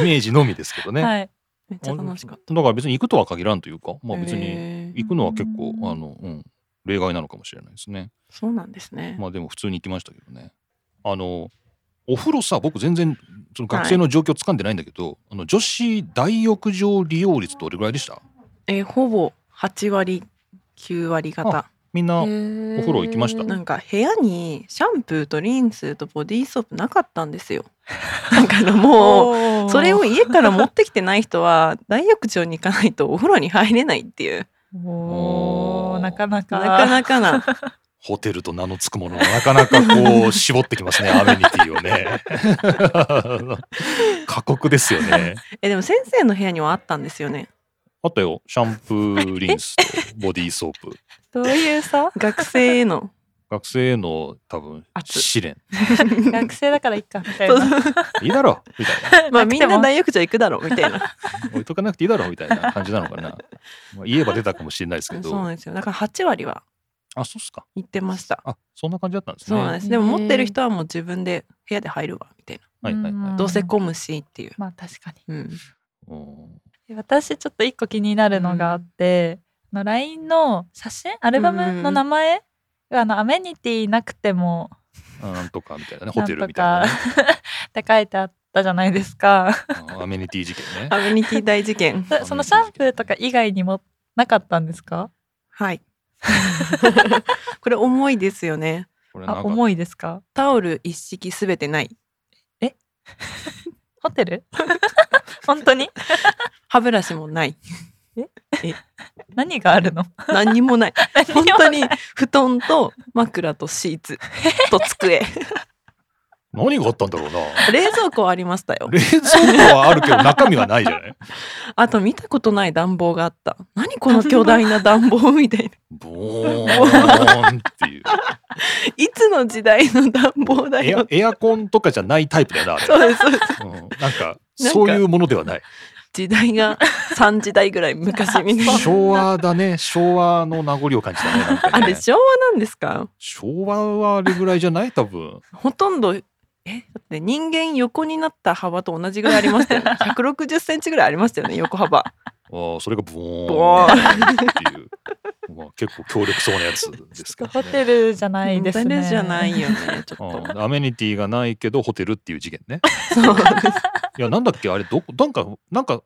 [SPEAKER 1] イメージのみですけどね、
[SPEAKER 3] はい。
[SPEAKER 6] めっちゃ楽しかっ
[SPEAKER 1] だから別に行くとは限らんというかま
[SPEAKER 6] た
[SPEAKER 1] あ別に
[SPEAKER 6] へー
[SPEAKER 1] 行くのは結構
[SPEAKER 3] うん
[SPEAKER 1] あの、うん、例外なのかもしれないですね
[SPEAKER 6] そうなんですね
[SPEAKER 1] まあでも普通に行きましたけどねあのお風呂さ僕全然その学生の状況つかんでないんだけど、あの女子大浴場利用率どれぐらいでした
[SPEAKER 6] えーほぼ8割9割
[SPEAKER 1] あ
[SPEAKER 6] 方
[SPEAKER 1] みんな
[SPEAKER 3] お
[SPEAKER 1] お風呂行きました
[SPEAKER 6] なんか部屋にシャンプーとリンスとボディーソープなかったんですよだからもう
[SPEAKER 3] お
[SPEAKER 6] それを家から持ってきてない人は大浴場に行かないとお風呂に入れないっていう
[SPEAKER 3] おーなかなか
[SPEAKER 6] なかなかな
[SPEAKER 1] ホテルと名の付くものがなかなかこう絞ってきます ねアメニティを ね過酷ですよね
[SPEAKER 6] えでも先生の部屋にはあったんですよね
[SPEAKER 1] あったよシャンプーリンスとボディーソー プ
[SPEAKER 3] どういうさ
[SPEAKER 6] 学生への
[SPEAKER 1] 学生への多分
[SPEAKER 6] 圧
[SPEAKER 1] 試練
[SPEAKER 3] 学生だからいっかみたい
[SPEAKER 6] そう
[SPEAKER 3] な。
[SPEAKER 6] そう
[SPEAKER 1] いいだろうみたいな
[SPEAKER 6] まあ
[SPEAKER 3] なく
[SPEAKER 6] み
[SPEAKER 3] ても
[SPEAKER 6] んな大浴場行くだろうみたいな
[SPEAKER 1] 置いとかなくていいだろうみたいな感じなのか な、まあ、言えば出たかもしれないですけ
[SPEAKER 6] そう
[SPEAKER 1] ど
[SPEAKER 6] なんですよだから8割は
[SPEAKER 1] あそうっすか
[SPEAKER 6] 行ってました
[SPEAKER 1] あそんな感じだったんです
[SPEAKER 6] そ
[SPEAKER 1] ね
[SPEAKER 6] うなんです、でも持ってる人はもう自分で部屋で入るわみたい
[SPEAKER 1] は
[SPEAKER 6] な、
[SPEAKER 1] いはいはい
[SPEAKER 3] ん
[SPEAKER 6] どうせ混むしっていう、
[SPEAKER 3] まあ確かに。
[SPEAKER 6] うん、
[SPEAKER 1] うん
[SPEAKER 3] 私ちょっと一個気になるのがあって、あの LINE の写真アルバムの名前があのアメニティなくても
[SPEAKER 1] なんとかみたいなねホ
[SPEAKER 3] な
[SPEAKER 1] テ
[SPEAKER 3] ん
[SPEAKER 1] ル
[SPEAKER 3] と
[SPEAKER 1] みたいな
[SPEAKER 3] か、
[SPEAKER 1] ね、
[SPEAKER 3] って書いてあったじゃないです か。
[SPEAKER 1] あアメニティ事件ね
[SPEAKER 6] アメニティ大事件
[SPEAKER 1] メニティ
[SPEAKER 3] そのシャンプーとか以外にもなかったんですか？
[SPEAKER 6] はい これ重いですよね
[SPEAKER 1] これなん
[SPEAKER 3] あ
[SPEAKER 1] か
[SPEAKER 3] 重いですか？
[SPEAKER 6] タオル一式すべてない
[SPEAKER 3] ホテル？ 本当に？
[SPEAKER 6] 歯ブラシもない
[SPEAKER 3] 何があるの？
[SPEAKER 6] 何 にもない
[SPEAKER 3] 何も
[SPEAKER 6] 本
[SPEAKER 3] ない
[SPEAKER 6] 当に布団と枕とシーツと机
[SPEAKER 1] 何があったんだろうな
[SPEAKER 6] 冷蔵庫はありましたよ
[SPEAKER 1] 冷蔵庫はあるけど中身はないじゃない
[SPEAKER 6] あと見たことない暖房があった何この巨大な暖房みたいな
[SPEAKER 1] ボーンっていう
[SPEAKER 6] いつの時代の暖房だ
[SPEAKER 1] エア
[SPEAKER 6] よ
[SPEAKER 1] エアコンとかじゃないタイプだよなあれ
[SPEAKER 6] そうですそうです
[SPEAKER 1] うんなんかそういうものではない
[SPEAKER 6] 時代が3時代ぐらい昔みたいな
[SPEAKER 1] 昭和だね昭和の名残を感じたねなんか
[SPEAKER 6] あ
[SPEAKER 1] ね
[SPEAKER 6] れ昭和なんですか
[SPEAKER 1] 昭和はあれぐらいじゃない多分
[SPEAKER 6] ほとんどえだって人間横になった幅と同じぐらいありましたよ ね160センチぐらいありましたよね横幅
[SPEAKER 1] あーそれがボーン
[SPEAKER 6] ボ
[SPEAKER 1] っていう、まあ、結構強力そうなやつですけど
[SPEAKER 3] ホ
[SPEAKER 1] ね
[SPEAKER 3] テルじゃないですね。
[SPEAKER 6] 誰じゃないよ ねちょっと
[SPEAKER 1] うんアメニティがないけどホテルっていう事件ね
[SPEAKER 6] そう
[SPEAKER 1] いやなんだっけあれどこなんかなんか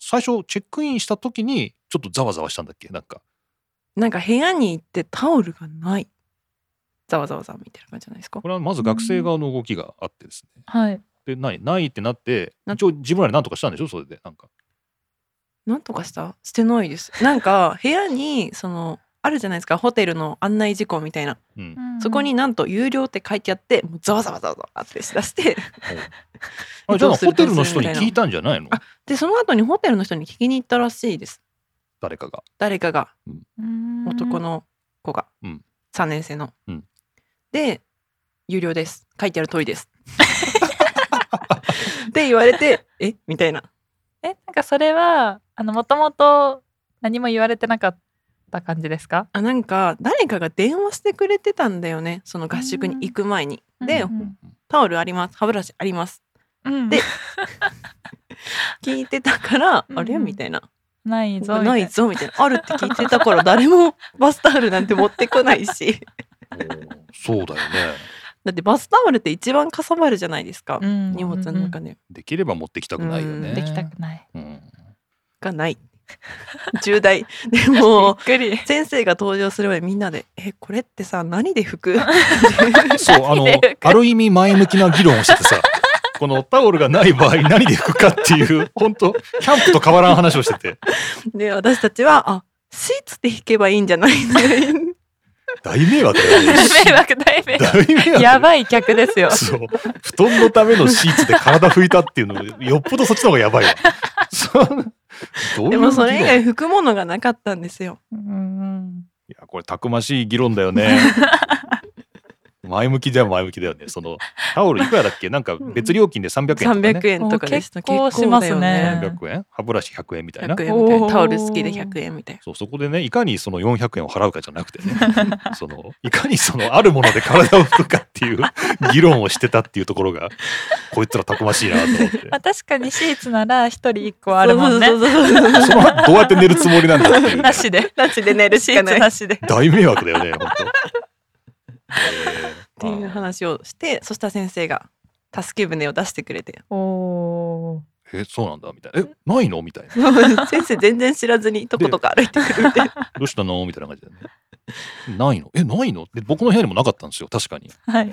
[SPEAKER 1] 最初チェックインした時にちょっとざわざわしたんだっけなんか
[SPEAKER 6] なんか部屋に行ってタオルがないざわざわざみたいな感じじゃないですか
[SPEAKER 1] これはまず学生側の動きがあってですね
[SPEAKER 3] はい。
[SPEAKER 1] でないないってなって
[SPEAKER 6] な
[SPEAKER 1] 一応自分らで何とかしたんでしょそれでなんか
[SPEAKER 6] なんとかしたしてないですなんか部屋にそのあるじゃないですかホテルの案内事項みたいな
[SPEAKER 1] うん
[SPEAKER 6] そこになんと有料って書いてあってもうざわざわざわざわってしだして
[SPEAKER 1] あじゃ
[SPEAKER 6] ど
[SPEAKER 1] あ
[SPEAKER 6] うする
[SPEAKER 1] ホテルの人に
[SPEAKER 6] どうする
[SPEAKER 1] 聞いたんじゃないの
[SPEAKER 6] あでその後にホテルの人に聞きに行ったらしいです
[SPEAKER 1] 誰かが
[SPEAKER 6] 誰かが
[SPEAKER 3] うん
[SPEAKER 6] 男の子が、
[SPEAKER 1] うん
[SPEAKER 6] 3年生の、
[SPEAKER 1] うん
[SPEAKER 6] で有料です書いてある通りですって言われてえみたいな
[SPEAKER 3] えなんかそれはあのもともと何も言われてなかった感じですか
[SPEAKER 6] あなんか誰かが電話してくれてたんだよねその合宿に行く前に。で、
[SPEAKER 3] うん
[SPEAKER 6] タオルあります歯ブラシあります
[SPEAKER 3] うん
[SPEAKER 6] で聞いてたから、
[SPEAKER 3] うん
[SPEAKER 6] あれみたいな
[SPEAKER 3] ないぞ
[SPEAKER 6] ないぞみたいなあるって聞いてたから誰も バスタオルなんて持ってこな いし
[SPEAKER 1] おーそうだよね
[SPEAKER 6] だってバスタオルって一番かさばるじゃないですか、荷
[SPEAKER 3] 荷
[SPEAKER 6] 物の中で
[SPEAKER 1] できれば持ってきたくないよね
[SPEAKER 6] うん
[SPEAKER 3] できたく ない
[SPEAKER 1] うん
[SPEAKER 6] がない重大でも
[SPEAKER 3] びっくり
[SPEAKER 6] 先生が登場する前にみんなで「えこれってさ何で拭く?
[SPEAKER 1] そうあの
[SPEAKER 3] 何で拭く
[SPEAKER 1] ある意味前向きな議論をしててさこのタオルがない場合何で拭くかっていう本当キャンプと変わらん話をしてて」
[SPEAKER 6] で私たちは「あシーツで引けばいいんじゃない?」
[SPEAKER 1] 大迷惑だよね
[SPEAKER 3] 迷惑大迷惑
[SPEAKER 1] 大迷惑
[SPEAKER 3] やばい客です よ
[SPEAKER 1] そう布団のためのシーツで体拭いたっていうのよっぽどそっちの方がや ばいわそうどういう
[SPEAKER 6] でもそれ以
[SPEAKER 1] 議論
[SPEAKER 6] 外拭くものがなかったんですよ。
[SPEAKER 3] うん
[SPEAKER 1] いやこれたくましい議論だよね前向きじゃ前向きだよねそのタオルいくらだっけなんか別料金で300円とか、ね、
[SPEAKER 6] 300円とかでした
[SPEAKER 3] お結構しますね
[SPEAKER 6] だよ
[SPEAKER 1] 300円歯ブラシ100円みたいな
[SPEAKER 6] 100円みたい
[SPEAKER 3] お
[SPEAKER 6] な
[SPEAKER 3] ー
[SPEAKER 6] タオル好きで100円みたいな
[SPEAKER 1] そうそこでねいかにその400円を払うかじゃなくてね そのいかにそのあるもので体を拭くかっていう議論をしてたっていうところがこいつらたくましいなと思 って
[SPEAKER 3] まあ確かにシーツなら一人一個あるもんね
[SPEAKER 6] そうそうそう そう
[SPEAKER 1] その後どうやって寝るつもりなんだってい う
[SPEAKER 3] なしで
[SPEAKER 6] なしで寝るし
[SPEAKER 3] シーツ
[SPEAKER 6] かないっ
[SPEAKER 3] なし で
[SPEAKER 1] 大迷惑だよね本当。
[SPEAKER 6] ていう話をしてそしたら先生が助け舟を出してくれて
[SPEAKER 3] お お
[SPEAKER 1] えーえそうなんだみたいなえないのみたいな
[SPEAKER 6] 先生全然知らずにとことか歩いてくれて
[SPEAKER 1] どうしたのみたいな感じでねないのえないので僕の部屋にもなかったんですよ確かに
[SPEAKER 3] ー はい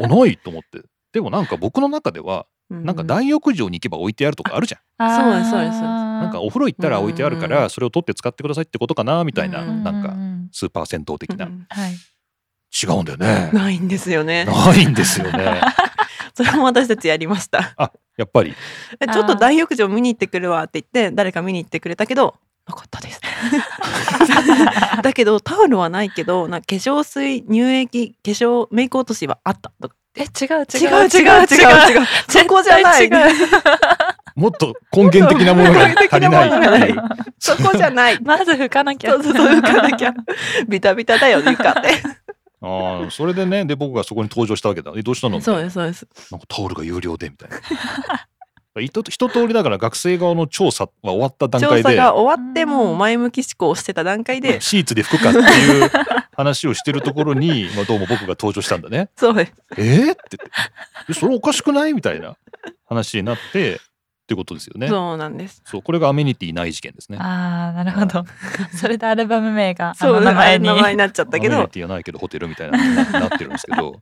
[SPEAKER 1] おないと思ってでもなんか僕の中では
[SPEAKER 6] な
[SPEAKER 1] なんか大浴場に行けば置いてあるとかあるじゃん
[SPEAKER 6] そうですそうです
[SPEAKER 1] なんか
[SPEAKER 3] み
[SPEAKER 1] お風呂行ったら置いてあるか
[SPEAKER 6] うんうんう
[SPEAKER 1] らそれを取って使ってくださいってことかなみたいな
[SPEAKER 6] うんうん
[SPEAKER 1] なんかスーパー銭湯的な
[SPEAKER 6] うん
[SPEAKER 3] はい
[SPEAKER 1] 違うんだよね。
[SPEAKER 6] ないんですよね。
[SPEAKER 1] ないんですよね。
[SPEAKER 6] それも私たちやりま した。
[SPEAKER 1] やっぱり。
[SPEAKER 6] えちょっと大浴場見に行ってくるわって言って誰か見に行ってくれたけどなかったです だけどタオルはないけどなんか化粧水乳液化粧メイク落としはあったとか
[SPEAKER 3] え違う違
[SPEAKER 6] 違
[SPEAKER 3] う
[SPEAKER 6] う違う違う違うそこじゃない
[SPEAKER 3] 絶対違う
[SPEAKER 1] もっと根源的なものが
[SPEAKER 6] 根源
[SPEAKER 1] 足
[SPEAKER 6] 的
[SPEAKER 1] り
[SPEAKER 6] な
[SPEAKER 1] な
[SPEAKER 6] ものが
[SPEAKER 1] いっていう。
[SPEAKER 6] そこじゃな い
[SPEAKER 3] まず拭かなきゃ
[SPEAKER 6] そうそうそう浮かなきゃ ビタビタだよね浮かっ
[SPEAKER 1] ああ、それでね、で、僕がそこに登場したわけだ。え、どうしたの
[SPEAKER 6] て そうですそうです
[SPEAKER 1] なんかタオルが有料でみたいな。一と一通りだから学生側の調査は終わった段
[SPEAKER 6] 調
[SPEAKER 1] 階
[SPEAKER 6] 査
[SPEAKER 1] で
[SPEAKER 6] が終わってもう前向き思考をしてた段階で
[SPEAKER 1] シーツで拭くかっていう話をしてるところ に、まあ、どうも僕が登場したんだね。
[SPEAKER 6] そうです
[SPEAKER 1] えー、って言ってえそれおかしくないみたいな話になってってことですよね。
[SPEAKER 6] そうなんです
[SPEAKER 1] そうこれがアメニティない事件ですね。
[SPEAKER 3] ああなるほ どそれでアルバム名があ
[SPEAKER 6] そ
[SPEAKER 3] の
[SPEAKER 6] う
[SPEAKER 3] 名前に
[SPEAKER 6] 名前になっちゃったけ
[SPEAKER 1] アメニ
[SPEAKER 6] ど
[SPEAKER 1] ティはないけどホテルみたいなの になってるんですけど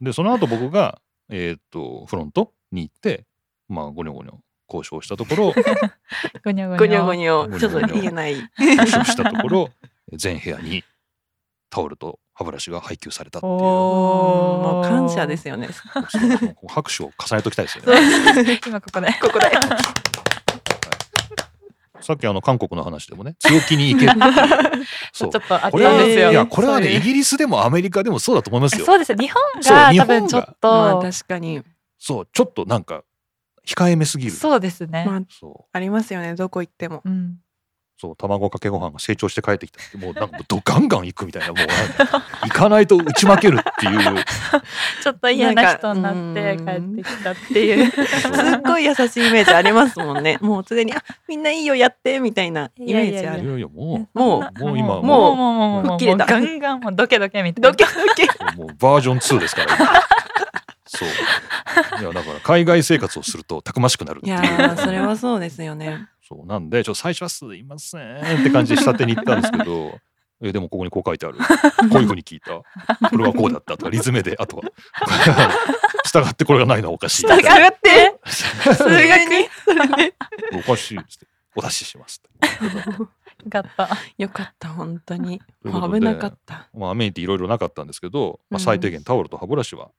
[SPEAKER 1] でその後僕が、えーっとフロントに行ってまあゴニョゴニョ交渉したところ
[SPEAKER 3] ゴニョゴ
[SPEAKER 6] ゴ
[SPEAKER 3] ニ
[SPEAKER 6] ニョゴ
[SPEAKER 3] ョ
[SPEAKER 6] ニョちょっと言えない
[SPEAKER 1] 交渉したところ全部屋にタオルと歯ブラシが配給されたっていう
[SPEAKER 3] お
[SPEAKER 6] もう感謝ですよね
[SPEAKER 1] そうもう拍手を重ねときたいですよね。
[SPEAKER 3] 今ここで
[SPEAKER 6] ここで
[SPEAKER 1] さっきあの韓国の話でもね強気に行けっていう
[SPEAKER 3] ち
[SPEAKER 1] そ
[SPEAKER 3] ょ
[SPEAKER 1] う
[SPEAKER 3] っとあったん
[SPEAKER 1] これは
[SPEAKER 6] あったん
[SPEAKER 3] です
[SPEAKER 1] ね
[SPEAKER 3] よ
[SPEAKER 1] いやこれはね
[SPEAKER 6] そうい
[SPEAKER 1] イ
[SPEAKER 6] う
[SPEAKER 1] ギリスでもアメリカでもそうだと思いますよ。
[SPEAKER 3] そうですよ日本
[SPEAKER 1] そう
[SPEAKER 3] が
[SPEAKER 1] 日
[SPEAKER 3] 多
[SPEAKER 1] 本が
[SPEAKER 3] 分ちょっ
[SPEAKER 6] まあ
[SPEAKER 3] と
[SPEAKER 6] 確かに
[SPEAKER 1] そうちょっとなんか控えめすぎる。
[SPEAKER 3] そうですね
[SPEAKER 6] まあ
[SPEAKER 1] そう
[SPEAKER 6] ありますよねどこ行っても
[SPEAKER 3] うん
[SPEAKER 1] そう卵かけご飯が成長して帰ってきたってもうなんかもうどガンガン行くみたいなもうなんか行かないと打ち負けるっていう
[SPEAKER 3] ちょっと嫌な人になって帰ってきたっていう
[SPEAKER 6] すっごい優しいイメージありますもん ねもうすでにあみんないいよやってみたいなイメージあ
[SPEAKER 3] い
[SPEAKER 1] い
[SPEAKER 6] る
[SPEAKER 1] よいよも
[SPEAKER 6] もう
[SPEAKER 1] うもう今はも
[SPEAKER 3] もうもうもうもう
[SPEAKER 6] 切れた
[SPEAKER 3] ガンガンもうドケドケみたいな
[SPEAKER 6] ドキドキ
[SPEAKER 1] うもうバージョン2ですから今そういやだから海外生活をするとたくましくなるって
[SPEAKER 6] い
[SPEAKER 1] い
[SPEAKER 6] や
[SPEAKER 1] う
[SPEAKER 6] ーそれはそうですよね
[SPEAKER 1] そうなんでちょっと最初はすいませんって感じで下手に行ったんですけど えでもここにこう書いてあるこういうふうに聞いたこれはこうだったとかリズムであとは 従ってこれがないのはおかしいみたいな
[SPEAKER 3] って
[SPEAKER 6] それがね
[SPEAKER 1] おかしいですってお出ししますって
[SPEAKER 3] ガッと
[SPEAKER 6] よかった本当に
[SPEAKER 1] ということ
[SPEAKER 6] もう
[SPEAKER 1] で
[SPEAKER 6] 危なかった
[SPEAKER 1] まあ、アメニティいろいろなかったんですけど、まあ、
[SPEAKER 6] うん
[SPEAKER 1] 最低限タオルと歯ブラシは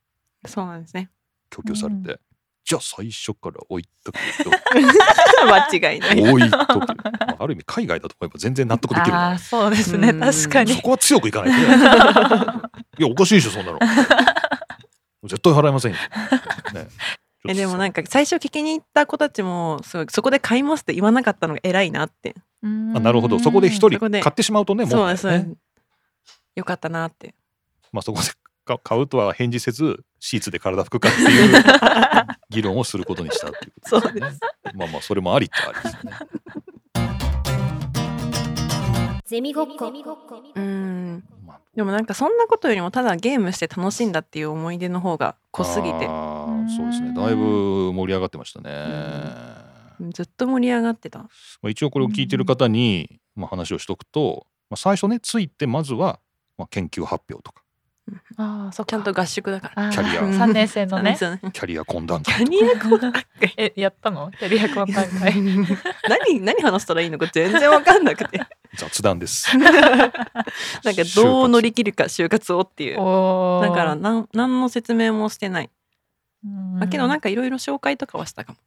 [SPEAKER 6] そうなんですね
[SPEAKER 1] 供給されて、じゃあ最初から置い とくと
[SPEAKER 6] 間違いない
[SPEAKER 1] 置いとく、まあ、ある意味海外だと思えば全然納得できる
[SPEAKER 3] あ
[SPEAKER 1] な
[SPEAKER 3] あそうですね
[SPEAKER 6] うん
[SPEAKER 3] 確
[SPEAKER 1] そ
[SPEAKER 3] かに
[SPEAKER 1] こは強くいかないとね いやおかしいでしょそんなの絶対払いませんよ、ね、
[SPEAKER 6] えでもなん
[SPEAKER 1] か
[SPEAKER 6] か最初聞きに行った子たちもすごいそこで買いますって言わなかったのが偉いなって
[SPEAKER 1] あなるほどそこで一人
[SPEAKER 6] そこ
[SPEAKER 1] 買
[SPEAKER 6] で
[SPEAKER 1] ってしまうとねも
[SPEAKER 6] そう
[SPEAKER 1] は
[SPEAKER 6] で
[SPEAKER 1] や
[SPEAKER 6] すそうで
[SPEAKER 1] ね
[SPEAKER 6] すよかったなって
[SPEAKER 1] まあ、そこでか買うとは返事せずシーツで体拭くかっていう議論をすることにしたっていうことですよねまあまあそれもありっちゃありですよね
[SPEAKER 4] ゼミごっこ
[SPEAKER 6] うん
[SPEAKER 1] まあ
[SPEAKER 6] でもなんかそんなことよりもただゲームして楽しんだっていう思い出の方が濃すぎて
[SPEAKER 1] あ
[SPEAKER 3] う
[SPEAKER 1] ー
[SPEAKER 3] ん
[SPEAKER 1] そうですねだいぶ盛り上がってましたね、
[SPEAKER 6] ずっと盛り上がってた
[SPEAKER 1] まあ、一応これを聞いてる方に、まあ、話をしとくと、まあ、最初ねついてまずは、まあ、研究発表とか
[SPEAKER 3] ああそっか
[SPEAKER 6] ちゃんと合宿だから
[SPEAKER 1] キャリア
[SPEAKER 3] あー三年生のね
[SPEAKER 6] そうですよね
[SPEAKER 1] キャリア懇談
[SPEAKER 6] キ
[SPEAKER 1] 会
[SPEAKER 6] ャ
[SPEAKER 1] とか
[SPEAKER 6] リア懇談会
[SPEAKER 3] えやったのキャリア懇談 会
[SPEAKER 6] 何 何話したらいいのか全然わかん なくて
[SPEAKER 1] 雑談です
[SPEAKER 6] なんかどう乗り切るか就活をっていう
[SPEAKER 3] お
[SPEAKER 6] だ
[SPEAKER 3] ー
[SPEAKER 6] からなん何の説明もしてない、
[SPEAKER 3] うん
[SPEAKER 6] まあけどなんかいろいろ紹介とかはしたかも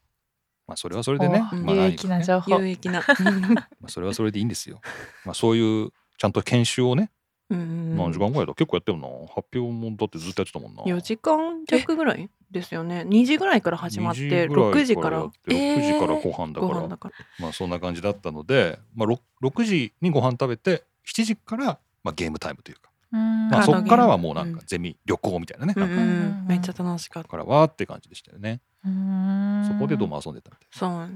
[SPEAKER 1] まあ、それはそれでね,、
[SPEAKER 3] お
[SPEAKER 1] まあ、
[SPEAKER 3] 有益な
[SPEAKER 1] 何かね
[SPEAKER 3] 情報
[SPEAKER 6] 有益 な
[SPEAKER 1] まあ、それはそれでいいんですよ、まあ、そういうちゃんと研修をね
[SPEAKER 6] うん
[SPEAKER 1] 何時間ぐらいだ結構やってるな発表もだってずっとやってたもんな
[SPEAKER 6] 4時間弱ぐらいですよね2時ぐらいから始まっ
[SPEAKER 1] 2
[SPEAKER 6] て6時から
[SPEAKER 1] やって6時からご飯だ
[SPEAKER 6] ご
[SPEAKER 1] から、
[SPEAKER 6] 飯だから
[SPEAKER 1] まあそんな感じだったので、まあ、ろ 6, 時にご飯食べて7時から、まあ、ゲームタイムというか、
[SPEAKER 3] うん
[SPEAKER 1] まあ、
[SPEAKER 6] あ
[SPEAKER 1] そ
[SPEAKER 6] の
[SPEAKER 1] こからはもうなんかゼミ、旅行みたいなね、
[SPEAKER 6] う
[SPEAKER 1] なんん
[SPEAKER 6] う
[SPEAKER 1] か
[SPEAKER 6] んうんめっちゃ楽しかっ
[SPEAKER 1] こ
[SPEAKER 6] た
[SPEAKER 1] こからはって感じでしたよね、
[SPEAKER 3] うん
[SPEAKER 1] そこでどうも遊んでたみたい
[SPEAKER 6] そう
[SPEAKER 3] な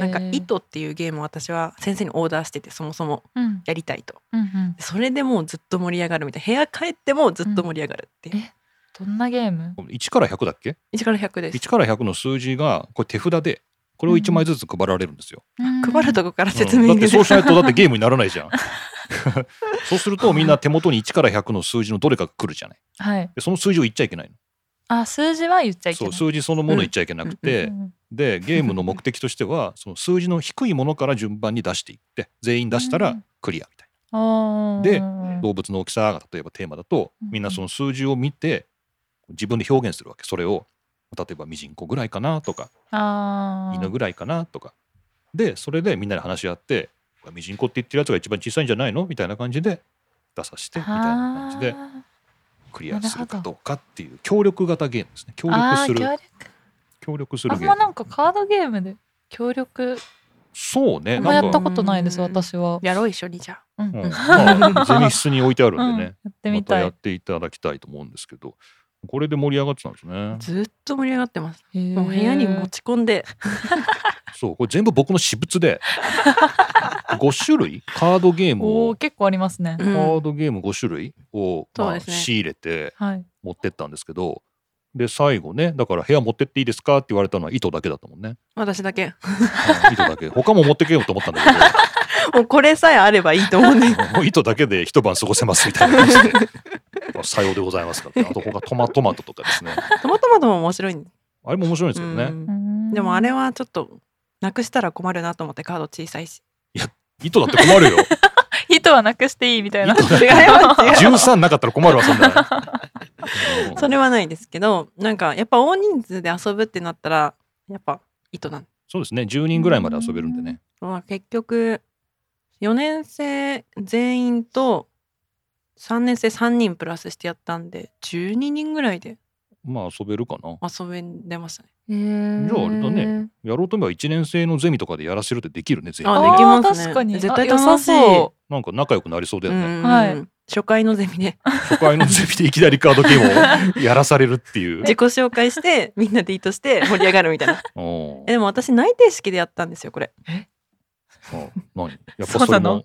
[SPEAKER 6] なんか「糸」っていうゲームを私は先生にオーダーしててそもそも
[SPEAKER 3] うん
[SPEAKER 6] やりたいと
[SPEAKER 3] うんうん
[SPEAKER 6] それでもうずっと盛り上がるみたい部屋帰ってもずっと盛り上がるっていう、
[SPEAKER 3] うんえどんなゲーム
[SPEAKER 1] な1から100だっけ
[SPEAKER 6] 1から100です
[SPEAKER 1] 1から100の数字がこれ手札でこれを1枚ずつ配られるんですよ、
[SPEAKER 6] 配るとこから説
[SPEAKER 1] うんだ
[SPEAKER 6] 明
[SPEAKER 1] って
[SPEAKER 6] 入れて
[SPEAKER 1] そうしないとだってゲームにならないじゃん そうするとみんな手元に1から100の数字のどれかが来るじゃない
[SPEAKER 3] はい
[SPEAKER 1] でその数字を言っちゃいけないの
[SPEAKER 3] あ数字は言っちゃいけ
[SPEAKER 1] そ
[SPEAKER 3] な
[SPEAKER 1] う
[SPEAKER 3] い
[SPEAKER 1] 数字そのもの言っちゃいけなくて、
[SPEAKER 3] うん
[SPEAKER 1] でゲームの目的としてはその数字の低いものから順番に出していって全員出したらクリアみたい
[SPEAKER 3] あ
[SPEAKER 1] で
[SPEAKER 3] うん
[SPEAKER 1] 動物の大きさが例えばテーマだと
[SPEAKER 3] うん
[SPEAKER 1] みんなその数字を見て自分で表現するわけそれを例えばミジンコぐらいかなとか
[SPEAKER 3] あー
[SPEAKER 1] 犬ぐらいかなとかでそれでみんなで話し合ってミジンコって言ってるやつが一番小さいんじゃないのみたいな感じで出させてみたいな感じで
[SPEAKER 3] あ
[SPEAKER 1] クリアするか
[SPEAKER 3] なる
[SPEAKER 1] ど
[SPEAKER 3] ほど
[SPEAKER 1] うかっていう協力型ゲームですね協
[SPEAKER 3] ー
[SPEAKER 1] 力す
[SPEAKER 3] あ
[SPEAKER 1] る
[SPEAKER 3] ー
[SPEAKER 1] 協力す
[SPEAKER 3] 協力あ
[SPEAKER 1] る
[SPEAKER 3] ん
[SPEAKER 1] ゲ
[SPEAKER 3] ま
[SPEAKER 1] ー
[SPEAKER 3] な
[SPEAKER 1] ム
[SPEAKER 3] んかカードゲームで協力
[SPEAKER 1] そうね
[SPEAKER 3] あんまや
[SPEAKER 1] なん
[SPEAKER 3] った
[SPEAKER 1] か、
[SPEAKER 3] ことないです
[SPEAKER 6] なんか
[SPEAKER 3] 私は、
[SPEAKER 6] やろう一緒にじゃあ
[SPEAKER 3] うん
[SPEAKER 1] うんまあ、ゼミ室に置いてある
[SPEAKER 3] うんん
[SPEAKER 1] で
[SPEAKER 3] や
[SPEAKER 1] ね、
[SPEAKER 3] って
[SPEAKER 1] ま
[SPEAKER 3] み
[SPEAKER 1] た
[SPEAKER 3] たい、
[SPEAKER 1] やっていただきたいと思うんですけどこれで盛り上がってたんですね
[SPEAKER 6] ずっと盛り上がってます
[SPEAKER 3] へー
[SPEAKER 6] もう部屋に持ち込んで
[SPEAKER 1] そうこれ全部僕の私物で5種類カードゲーム
[SPEAKER 3] お
[SPEAKER 1] を
[SPEAKER 3] ー結構ありますね、
[SPEAKER 6] う
[SPEAKER 1] カ
[SPEAKER 6] ん
[SPEAKER 1] ードゲーム5種類を、
[SPEAKER 6] そう
[SPEAKER 1] まあ
[SPEAKER 6] ですね
[SPEAKER 1] 仕入れて
[SPEAKER 3] はい
[SPEAKER 1] 持ってったんですけどで最後ねだから部屋持ってっていいですかって言われたのは糸だけだったもんね
[SPEAKER 6] 私だけ
[SPEAKER 1] うん糸だけ他も持ってけようと思ったんだ
[SPEAKER 6] もうこれさえあればいいと思うんで
[SPEAKER 1] けどもう糸だけで一晩過ごせますみたいな感じでまあさようでございますからねあと他トマトマトとかですね
[SPEAKER 6] トマトマトも面白いんで
[SPEAKER 1] あれも面白いんですす
[SPEAKER 6] け
[SPEAKER 1] け
[SPEAKER 6] ど
[SPEAKER 1] ど
[SPEAKER 6] ね、
[SPEAKER 1] ね、
[SPEAKER 6] でもあれはちょっとなくしたら困るなと思ってカード小さいし
[SPEAKER 1] 糸だって困るよ
[SPEAKER 3] 糸はなくしていいみたいな
[SPEAKER 1] 糸だっ
[SPEAKER 6] 違います
[SPEAKER 1] て13なかったら困るわそんなの うん
[SPEAKER 6] それはないですけどなんかやっぱ大人数で遊ぶってなったらやっぱ糸なん
[SPEAKER 1] そうですね10人ぐらいまで遊べるんでね
[SPEAKER 6] まあ結局4年生全員と3年生3人プラスしてやったんで12人ぐらいで
[SPEAKER 1] まあ遊べるかな
[SPEAKER 6] 遊んでましたね
[SPEAKER 3] じ
[SPEAKER 1] じゃああれだねやろうと思えば1年生のゼミとかでやらせるってできるね全員
[SPEAKER 6] あ
[SPEAKER 1] ね
[SPEAKER 6] できます
[SPEAKER 3] 確
[SPEAKER 6] ね
[SPEAKER 3] かに
[SPEAKER 6] 絶対
[SPEAKER 3] あ良さそう
[SPEAKER 6] 楽しい
[SPEAKER 1] なんか仲良くなりそうだよね、
[SPEAKER 6] うん
[SPEAKER 3] はい
[SPEAKER 6] 初回のゼ ミで
[SPEAKER 1] 初回のゼミでいきなりカードゲーム をやらされるっていう。
[SPEAKER 6] 自己紹介してみんなでイートして盛り上がるみ たいな
[SPEAKER 1] うん
[SPEAKER 6] えでも私内定式でやったんですよこれ、
[SPEAKER 1] うん何やっ
[SPEAKER 3] そ
[SPEAKER 1] ぱ
[SPEAKER 3] う
[SPEAKER 1] そ
[SPEAKER 3] な
[SPEAKER 1] れ
[SPEAKER 3] の
[SPEAKER 1] も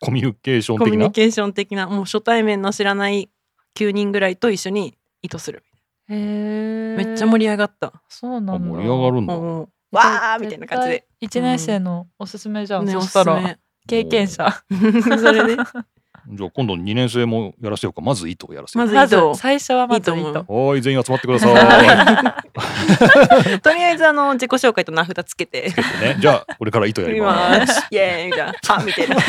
[SPEAKER 1] コミュニケーション
[SPEAKER 6] コミ
[SPEAKER 1] 的
[SPEAKER 6] ュ
[SPEAKER 1] な
[SPEAKER 6] ニ。ケーション的なもう初対面の知らない9人ぐらいと一緒に意図する
[SPEAKER 3] へー
[SPEAKER 6] めっちゃ盛り上がった、
[SPEAKER 3] そう
[SPEAKER 1] あ
[SPEAKER 3] なんだ
[SPEAKER 1] 盛り上がるんだ。
[SPEAKER 6] もうわーみたいな感じで
[SPEAKER 3] 絶対一年生のおすすめじゃん、
[SPEAKER 6] ね
[SPEAKER 3] そした
[SPEAKER 6] おすす
[SPEAKER 3] ら
[SPEAKER 6] め
[SPEAKER 3] 経験者
[SPEAKER 6] それで、
[SPEAKER 1] じゃあ今度2年生もやらせようか。まず糸をやらせよう。
[SPEAKER 6] まず
[SPEAKER 3] まず
[SPEAKER 6] 糸を
[SPEAKER 3] 最初はまず糸
[SPEAKER 6] いいと思う
[SPEAKER 1] はーい、全員集まってください。
[SPEAKER 6] とりあえずあの自己紹介と名札つけ て
[SPEAKER 1] ね、じゃあ、これから糸や
[SPEAKER 6] 振
[SPEAKER 1] り
[SPEAKER 6] り
[SPEAKER 1] ま。
[SPEAKER 6] ますすイエーイみたい なあみたいなみ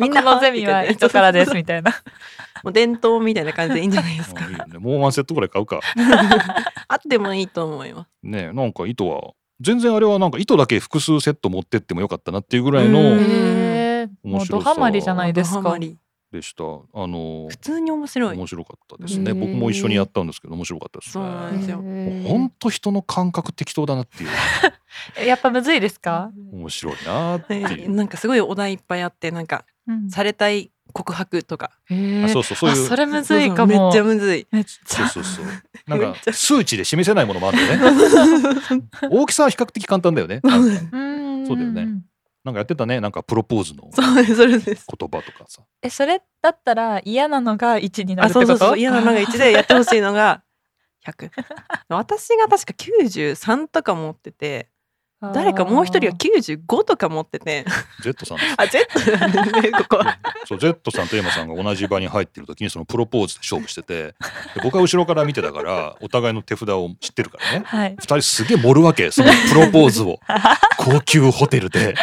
[SPEAKER 3] み
[SPEAKER 6] ん
[SPEAKER 3] ん
[SPEAKER 6] な
[SPEAKER 3] なのゼミは糸からですみたいな
[SPEAKER 6] もう伝統みたいな感じでいいんじゃないです
[SPEAKER 1] う
[SPEAKER 6] か
[SPEAKER 1] んいいよねもうワンセットぐらい買うか。
[SPEAKER 6] あってもいいと思います
[SPEAKER 1] ねえなんか糸は、全然あれはなんか糸だけ複数セット持ってってもよかったなっていうぐらい
[SPEAKER 6] うん
[SPEAKER 1] の
[SPEAKER 3] へーもうドハマりじゃないです
[SPEAKER 6] ドハ
[SPEAKER 3] か
[SPEAKER 6] マり
[SPEAKER 1] でした。あの
[SPEAKER 6] 普、通に面白い
[SPEAKER 1] 面白かったですね。
[SPEAKER 3] うん
[SPEAKER 1] 僕も一緒にやったんですけど、面白かったです
[SPEAKER 6] そうなん
[SPEAKER 1] ね
[SPEAKER 6] で。すよ
[SPEAKER 3] へー
[SPEAKER 1] ほんと人の感覚適当だなっていう。
[SPEAKER 3] やっぱむずいですか、
[SPEAKER 1] 面白いなーって
[SPEAKER 6] はい
[SPEAKER 1] いう。
[SPEAKER 6] なんかすごいお題いっぱいあってなんか
[SPEAKER 3] うん
[SPEAKER 6] されたい告白とか
[SPEAKER 3] へー
[SPEAKER 1] あそうそうそういう
[SPEAKER 3] あそれむずいか
[SPEAKER 6] そうそうめ
[SPEAKER 3] も
[SPEAKER 6] っちゃむずい
[SPEAKER 3] めっち
[SPEAKER 1] そう
[SPEAKER 3] ゃ
[SPEAKER 1] そう そうなん
[SPEAKER 6] め
[SPEAKER 1] か
[SPEAKER 6] っちゃ
[SPEAKER 1] 数値で示せないものもあるんだよね 大きさは比較的簡単だよねなんか
[SPEAKER 3] うん
[SPEAKER 1] そうだよねなんかやってたねなんかプロポーズの
[SPEAKER 6] そうですそうです
[SPEAKER 1] 言葉とかさ
[SPEAKER 3] えそれだったら嫌なのが1になる
[SPEAKER 6] あ
[SPEAKER 3] ってこ
[SPEAKER 6] そ
[SPEAKER 3] と
[SPEAKER 6] うそうそう嫌なのが1でやってほしいの が100私が確か93とか持ってて誰かもう一人は95とか持ってて
[SPEAKER 1] Z さんです
[SPEAKER 6] あ Z なんですねここは
[SPEAKER 1] そう Z さんとエマさんが同じ場に入ってる時にそのプロポーズで勝負しててで僕は後ろから見てたからお互いの手札を知ってるからね
[SPEAKER 3] はい
[SPEAKER 1] 2人すげえ盛るわけそのプロポーズを高級ホテルで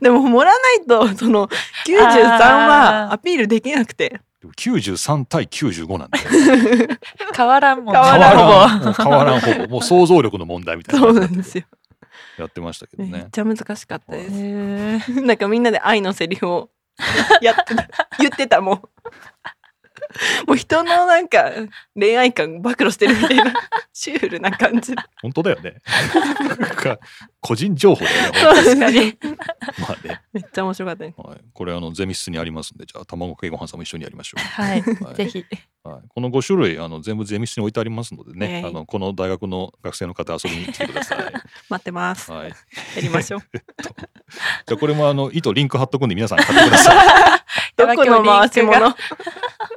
[SPEAKER 6] でも盛らないとその93
[SPEAKER 3] あ
[SPEAKER 6] は
[SPEAKER 3] ー
[SPEAKER 6] アピールできな くて
[SPEAKER 1] でも93対95なんで
[SPEAKER 3] 変わらんもん
[SPEAKER 6] 変わらん
[SPEAKER 1] もう変わらんほぼもう想像力の問題みたいな
[SPEAKER 6] そう
[SPEAKER 1] 感じ
[SPEAKER 6] な
[SPEAKER 1] にな
[SPEAKER 6] んで
[SPEAKER 1] って
[SPEAKER 6] すよ
[SPEAKER 1] やってましたけど
[SPEAKER 6] めっ
[SPEAKER 1] ね
[SPEAKER 6] ちゃ難しかったです
[SPEAKER 3] へー
[SPEAKER 6] なんかみんなで愛のセリフを やってた言ってたもん。もう人のなんか恋愛感暴露してるみたいなシュールな感じ。
[SPEAKER 1] 本当だよね。なんか個人情報だよね。
[SPEAKER 6] 確かに。
[SPEAKER 1] まあね、
[SPEAKER 6] めっちゃ面白かったね。
[SPEAKER 1] はい、これあのゼミ室にありますんで、じゃあ卵かけご飯さんも一緒にやりましょ
[SPEAKER 3] はい、
[SPEAKER 1] う。はい
[SPEAKER 3] ぜひ
[SPEAKER 1] はい、この5種類あの全部ゼミ室に置いてありますのでね、
[SPEAKER 6] は
[SPEAKER 1] あ
[SPEAKER 6] い
[SPEAKER 1] のこの大学の学生の方遊びに来てくださ い。
[SPEAKER 6] 待ってます。
[SPEAKER 1] はい、
[SPEAKER 6] やりましょう。
[SPEAKER 1] じゃあこれもあの糸リンク貼っとくんで皆さん買ってくだ さい。
[SPEAKER 6] どこの回し
[SPEAKER 3] いただけのリンクが
[SPEAKER 6] 物。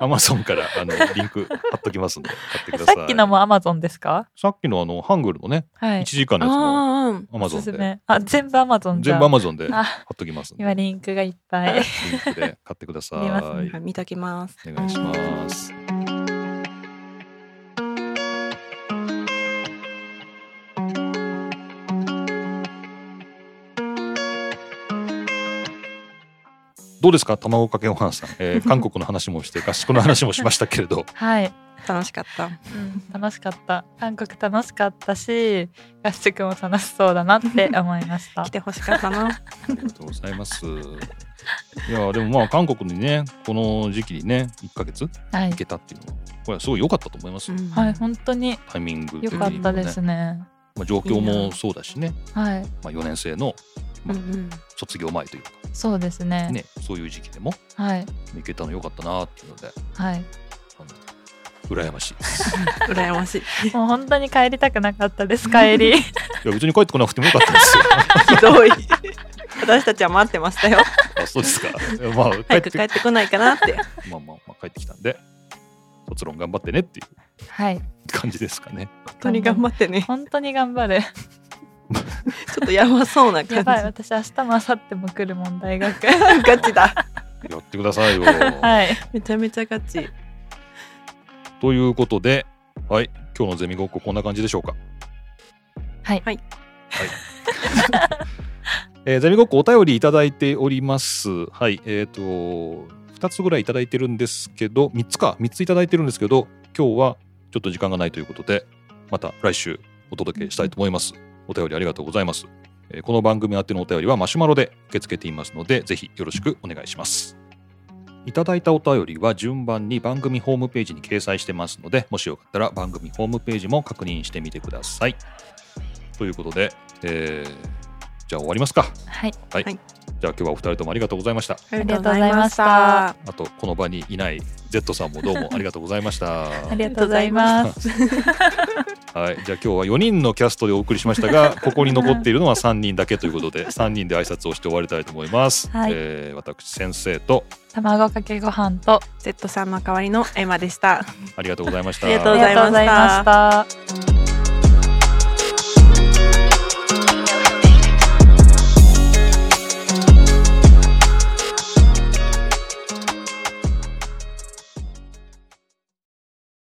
[SPEAKER 1] アマゾンからあのリンク貼っときますんで買ってください。
[SPEAKER 3] さっきのもアマゾンですか
[SPEAKER 1] さっきのあのハングルのね、
[SPEAKER 3] は
[SPEAKER 1] 1
[SPEAKER 3] い
[SPEAKER 1] 時間のやつも
[SPEAKER 6] あー
[SPEAKER 1] ア
[SPEAKER 3] お
[SPEAKER 1] マゾ
[SPEAKER 3] す
[SPEAKER 1] ン
[SPEAKER 3] す
[SPEAKER 1] で
[SPEAKER 3] めあ全部アマゾンじ
[SPEAKER 1] 全
[SPEAKER 3] ゃ
[SPEAKER 1] 部アマゾンで貼っ
[SPEAKER 3] あ
[SPEAKER 1] ときますんで、
[SPEAKER 3] 今リンクがいっぱい
[SPEAKER 1] リンクで買ってくださ
[SPEAKER 3] 入れます
[SPEAKER 1] い
[SPEAKER 3] ね
[SPEAKER 6] うん。見ときます。
[SPEAKER 1] お願いします。どうですか卵かけご飯さん、え ー韓国の話もして合宿の話もしましたけれど
[SPEAKER 3] はい、
[SPEAKER 6] 楽しかった。
[SPEAKER 3] 楽しかった韓国楽しかったし合宿も楽しそうだなって思いました
[SPEAKER 6] 来てほしかったな。
[SPEAKER 1] ありがとうございますいやでもまあ韓国にねこの時期にね1ヶ月
[SPEAKER 3] はい
[SPEAKER 1] 行、けたっていうのはこれはすごい良かったと思います、
[SPEAKER 3] はい、本当に
[SPEAKER 1] タイミング
[SPEAKER 3] 良
[SPEAKER 1] 的に
[SPEAKER 3] か
[SPEAKER 1] も、ね、
[SPEAKER 3] ったですね
[SPEAKER 1] まあ、状況もそうだしね、
[SPEAKER 3] はい
[SPEAKER 1] まあ、4年生の
[SPEAKER 6] うん うん
[SPEAKER 1] 卒業前というか
[SPEAKER 3] そうですね
[SPEAKER 1] ね、そういう時期でも
[SPEAKER 3] はい
[SPEAKER 1] 行けたの良かったなっていうので
[SPEAKER 3] はい
[SPEAKER 1] あの羨ましいです
[SPEAKER 6] 羨ましい。
[SPEAKER 3] もう本当に帰りたくなかったです帰 り
[SPEAKER 1] いや別に帰ってこなくてもよかったですよ
[SPEAKER 6] ひどい。私たちは待ってましたよ。
[SPEAKER 1] あそうですかいやまあ帰
[SPEAKER 6] 早
[SPEAKER 1] っ
[SPEAKER 6] く
[SPEAKER 1] て
[SPEAKER 6] 帰ってこないかなって。
[SPEAKER 1] まあまあまあ帰ってきたんで卒論頑張ってねっていう
[SPEAKER 3] はい
[SPEAKER 1] 感じですかね
[SPEAKER 6] 本当に頑張ってね。 ちょ
[SPEAKER 3] 本当に頑張る
[SPEAKER 6] っとやばそうな
[SPEAKER 3] やばい
[SPEAKER 6] 感
[SPEAKER 3] 私明日も明後日も来るもん大 学
[SPEAKER 6] じ。ガチだ。
[SPEAKER 1] やってくだ さいよ、
[SPEAKER 3] はい
[SPEAKER 6] めちゃめちゃガチ。
[SPEAKER 1] ということではい今日のゼミごっここんな感じでしょうか
[SPEAKER 3] はい
[SPEAKER 6] は
[SPEAKER 1] は
[SPEAKER 6] い
[SPEAKER 1] いえーゼミごっこお便りいただいておりますはいえっ、と2つぐらいいただいてるんですけど3つか3ついただいてるんですけど今日はちょっと時間がないということでまた来週お届けしたいと思いますお便りありがとうございますえーこの番組宛てのお便りはマシュマロで受け付けていますのでぜひよろしくお願いしますいただいたお便りは順番に番組ホームページに掲載してますので、もしよかったら番組ホームページも確認してみてください。ということで、えーじゃあ終わりますか。
[SPEAKER 3] はい
[SPEAKER 1] はい。
[SPEAKER 6] はい
[SPEAKER 1] じゃあ今日はお二人ともありがとうございました。
[SPEAKER 6] あ
[SPEAKER 3] りがとうございました。
[SPEAKER 1] あと、この場にいない Z さんもどうもありがとうございました。
[SPEAKER 3] ありがとうございます
[SPEAKER 1] はい。じゃあ今日は4人のキャストでお送りしましたが、 ここに残っているのは3人だけということで、3人で挨拶をして終わりたいと思います。
[SPEAKER 3] はい
[SPEAKER 1] えー私、先生と
[SPEAKER 3] 卵かけご飯と
[SPEAKER 6] Z さんの代わりのエマでした。
[SPEAKER 1] ありがとうございました。
[SPEAKER 6] ありがと
[SPEAKER 3] あ
[SPEAKER 6] う
[SPEAKER 3] り
[SPEAKER 6] ございました
[SPEAKER 3] がとうございました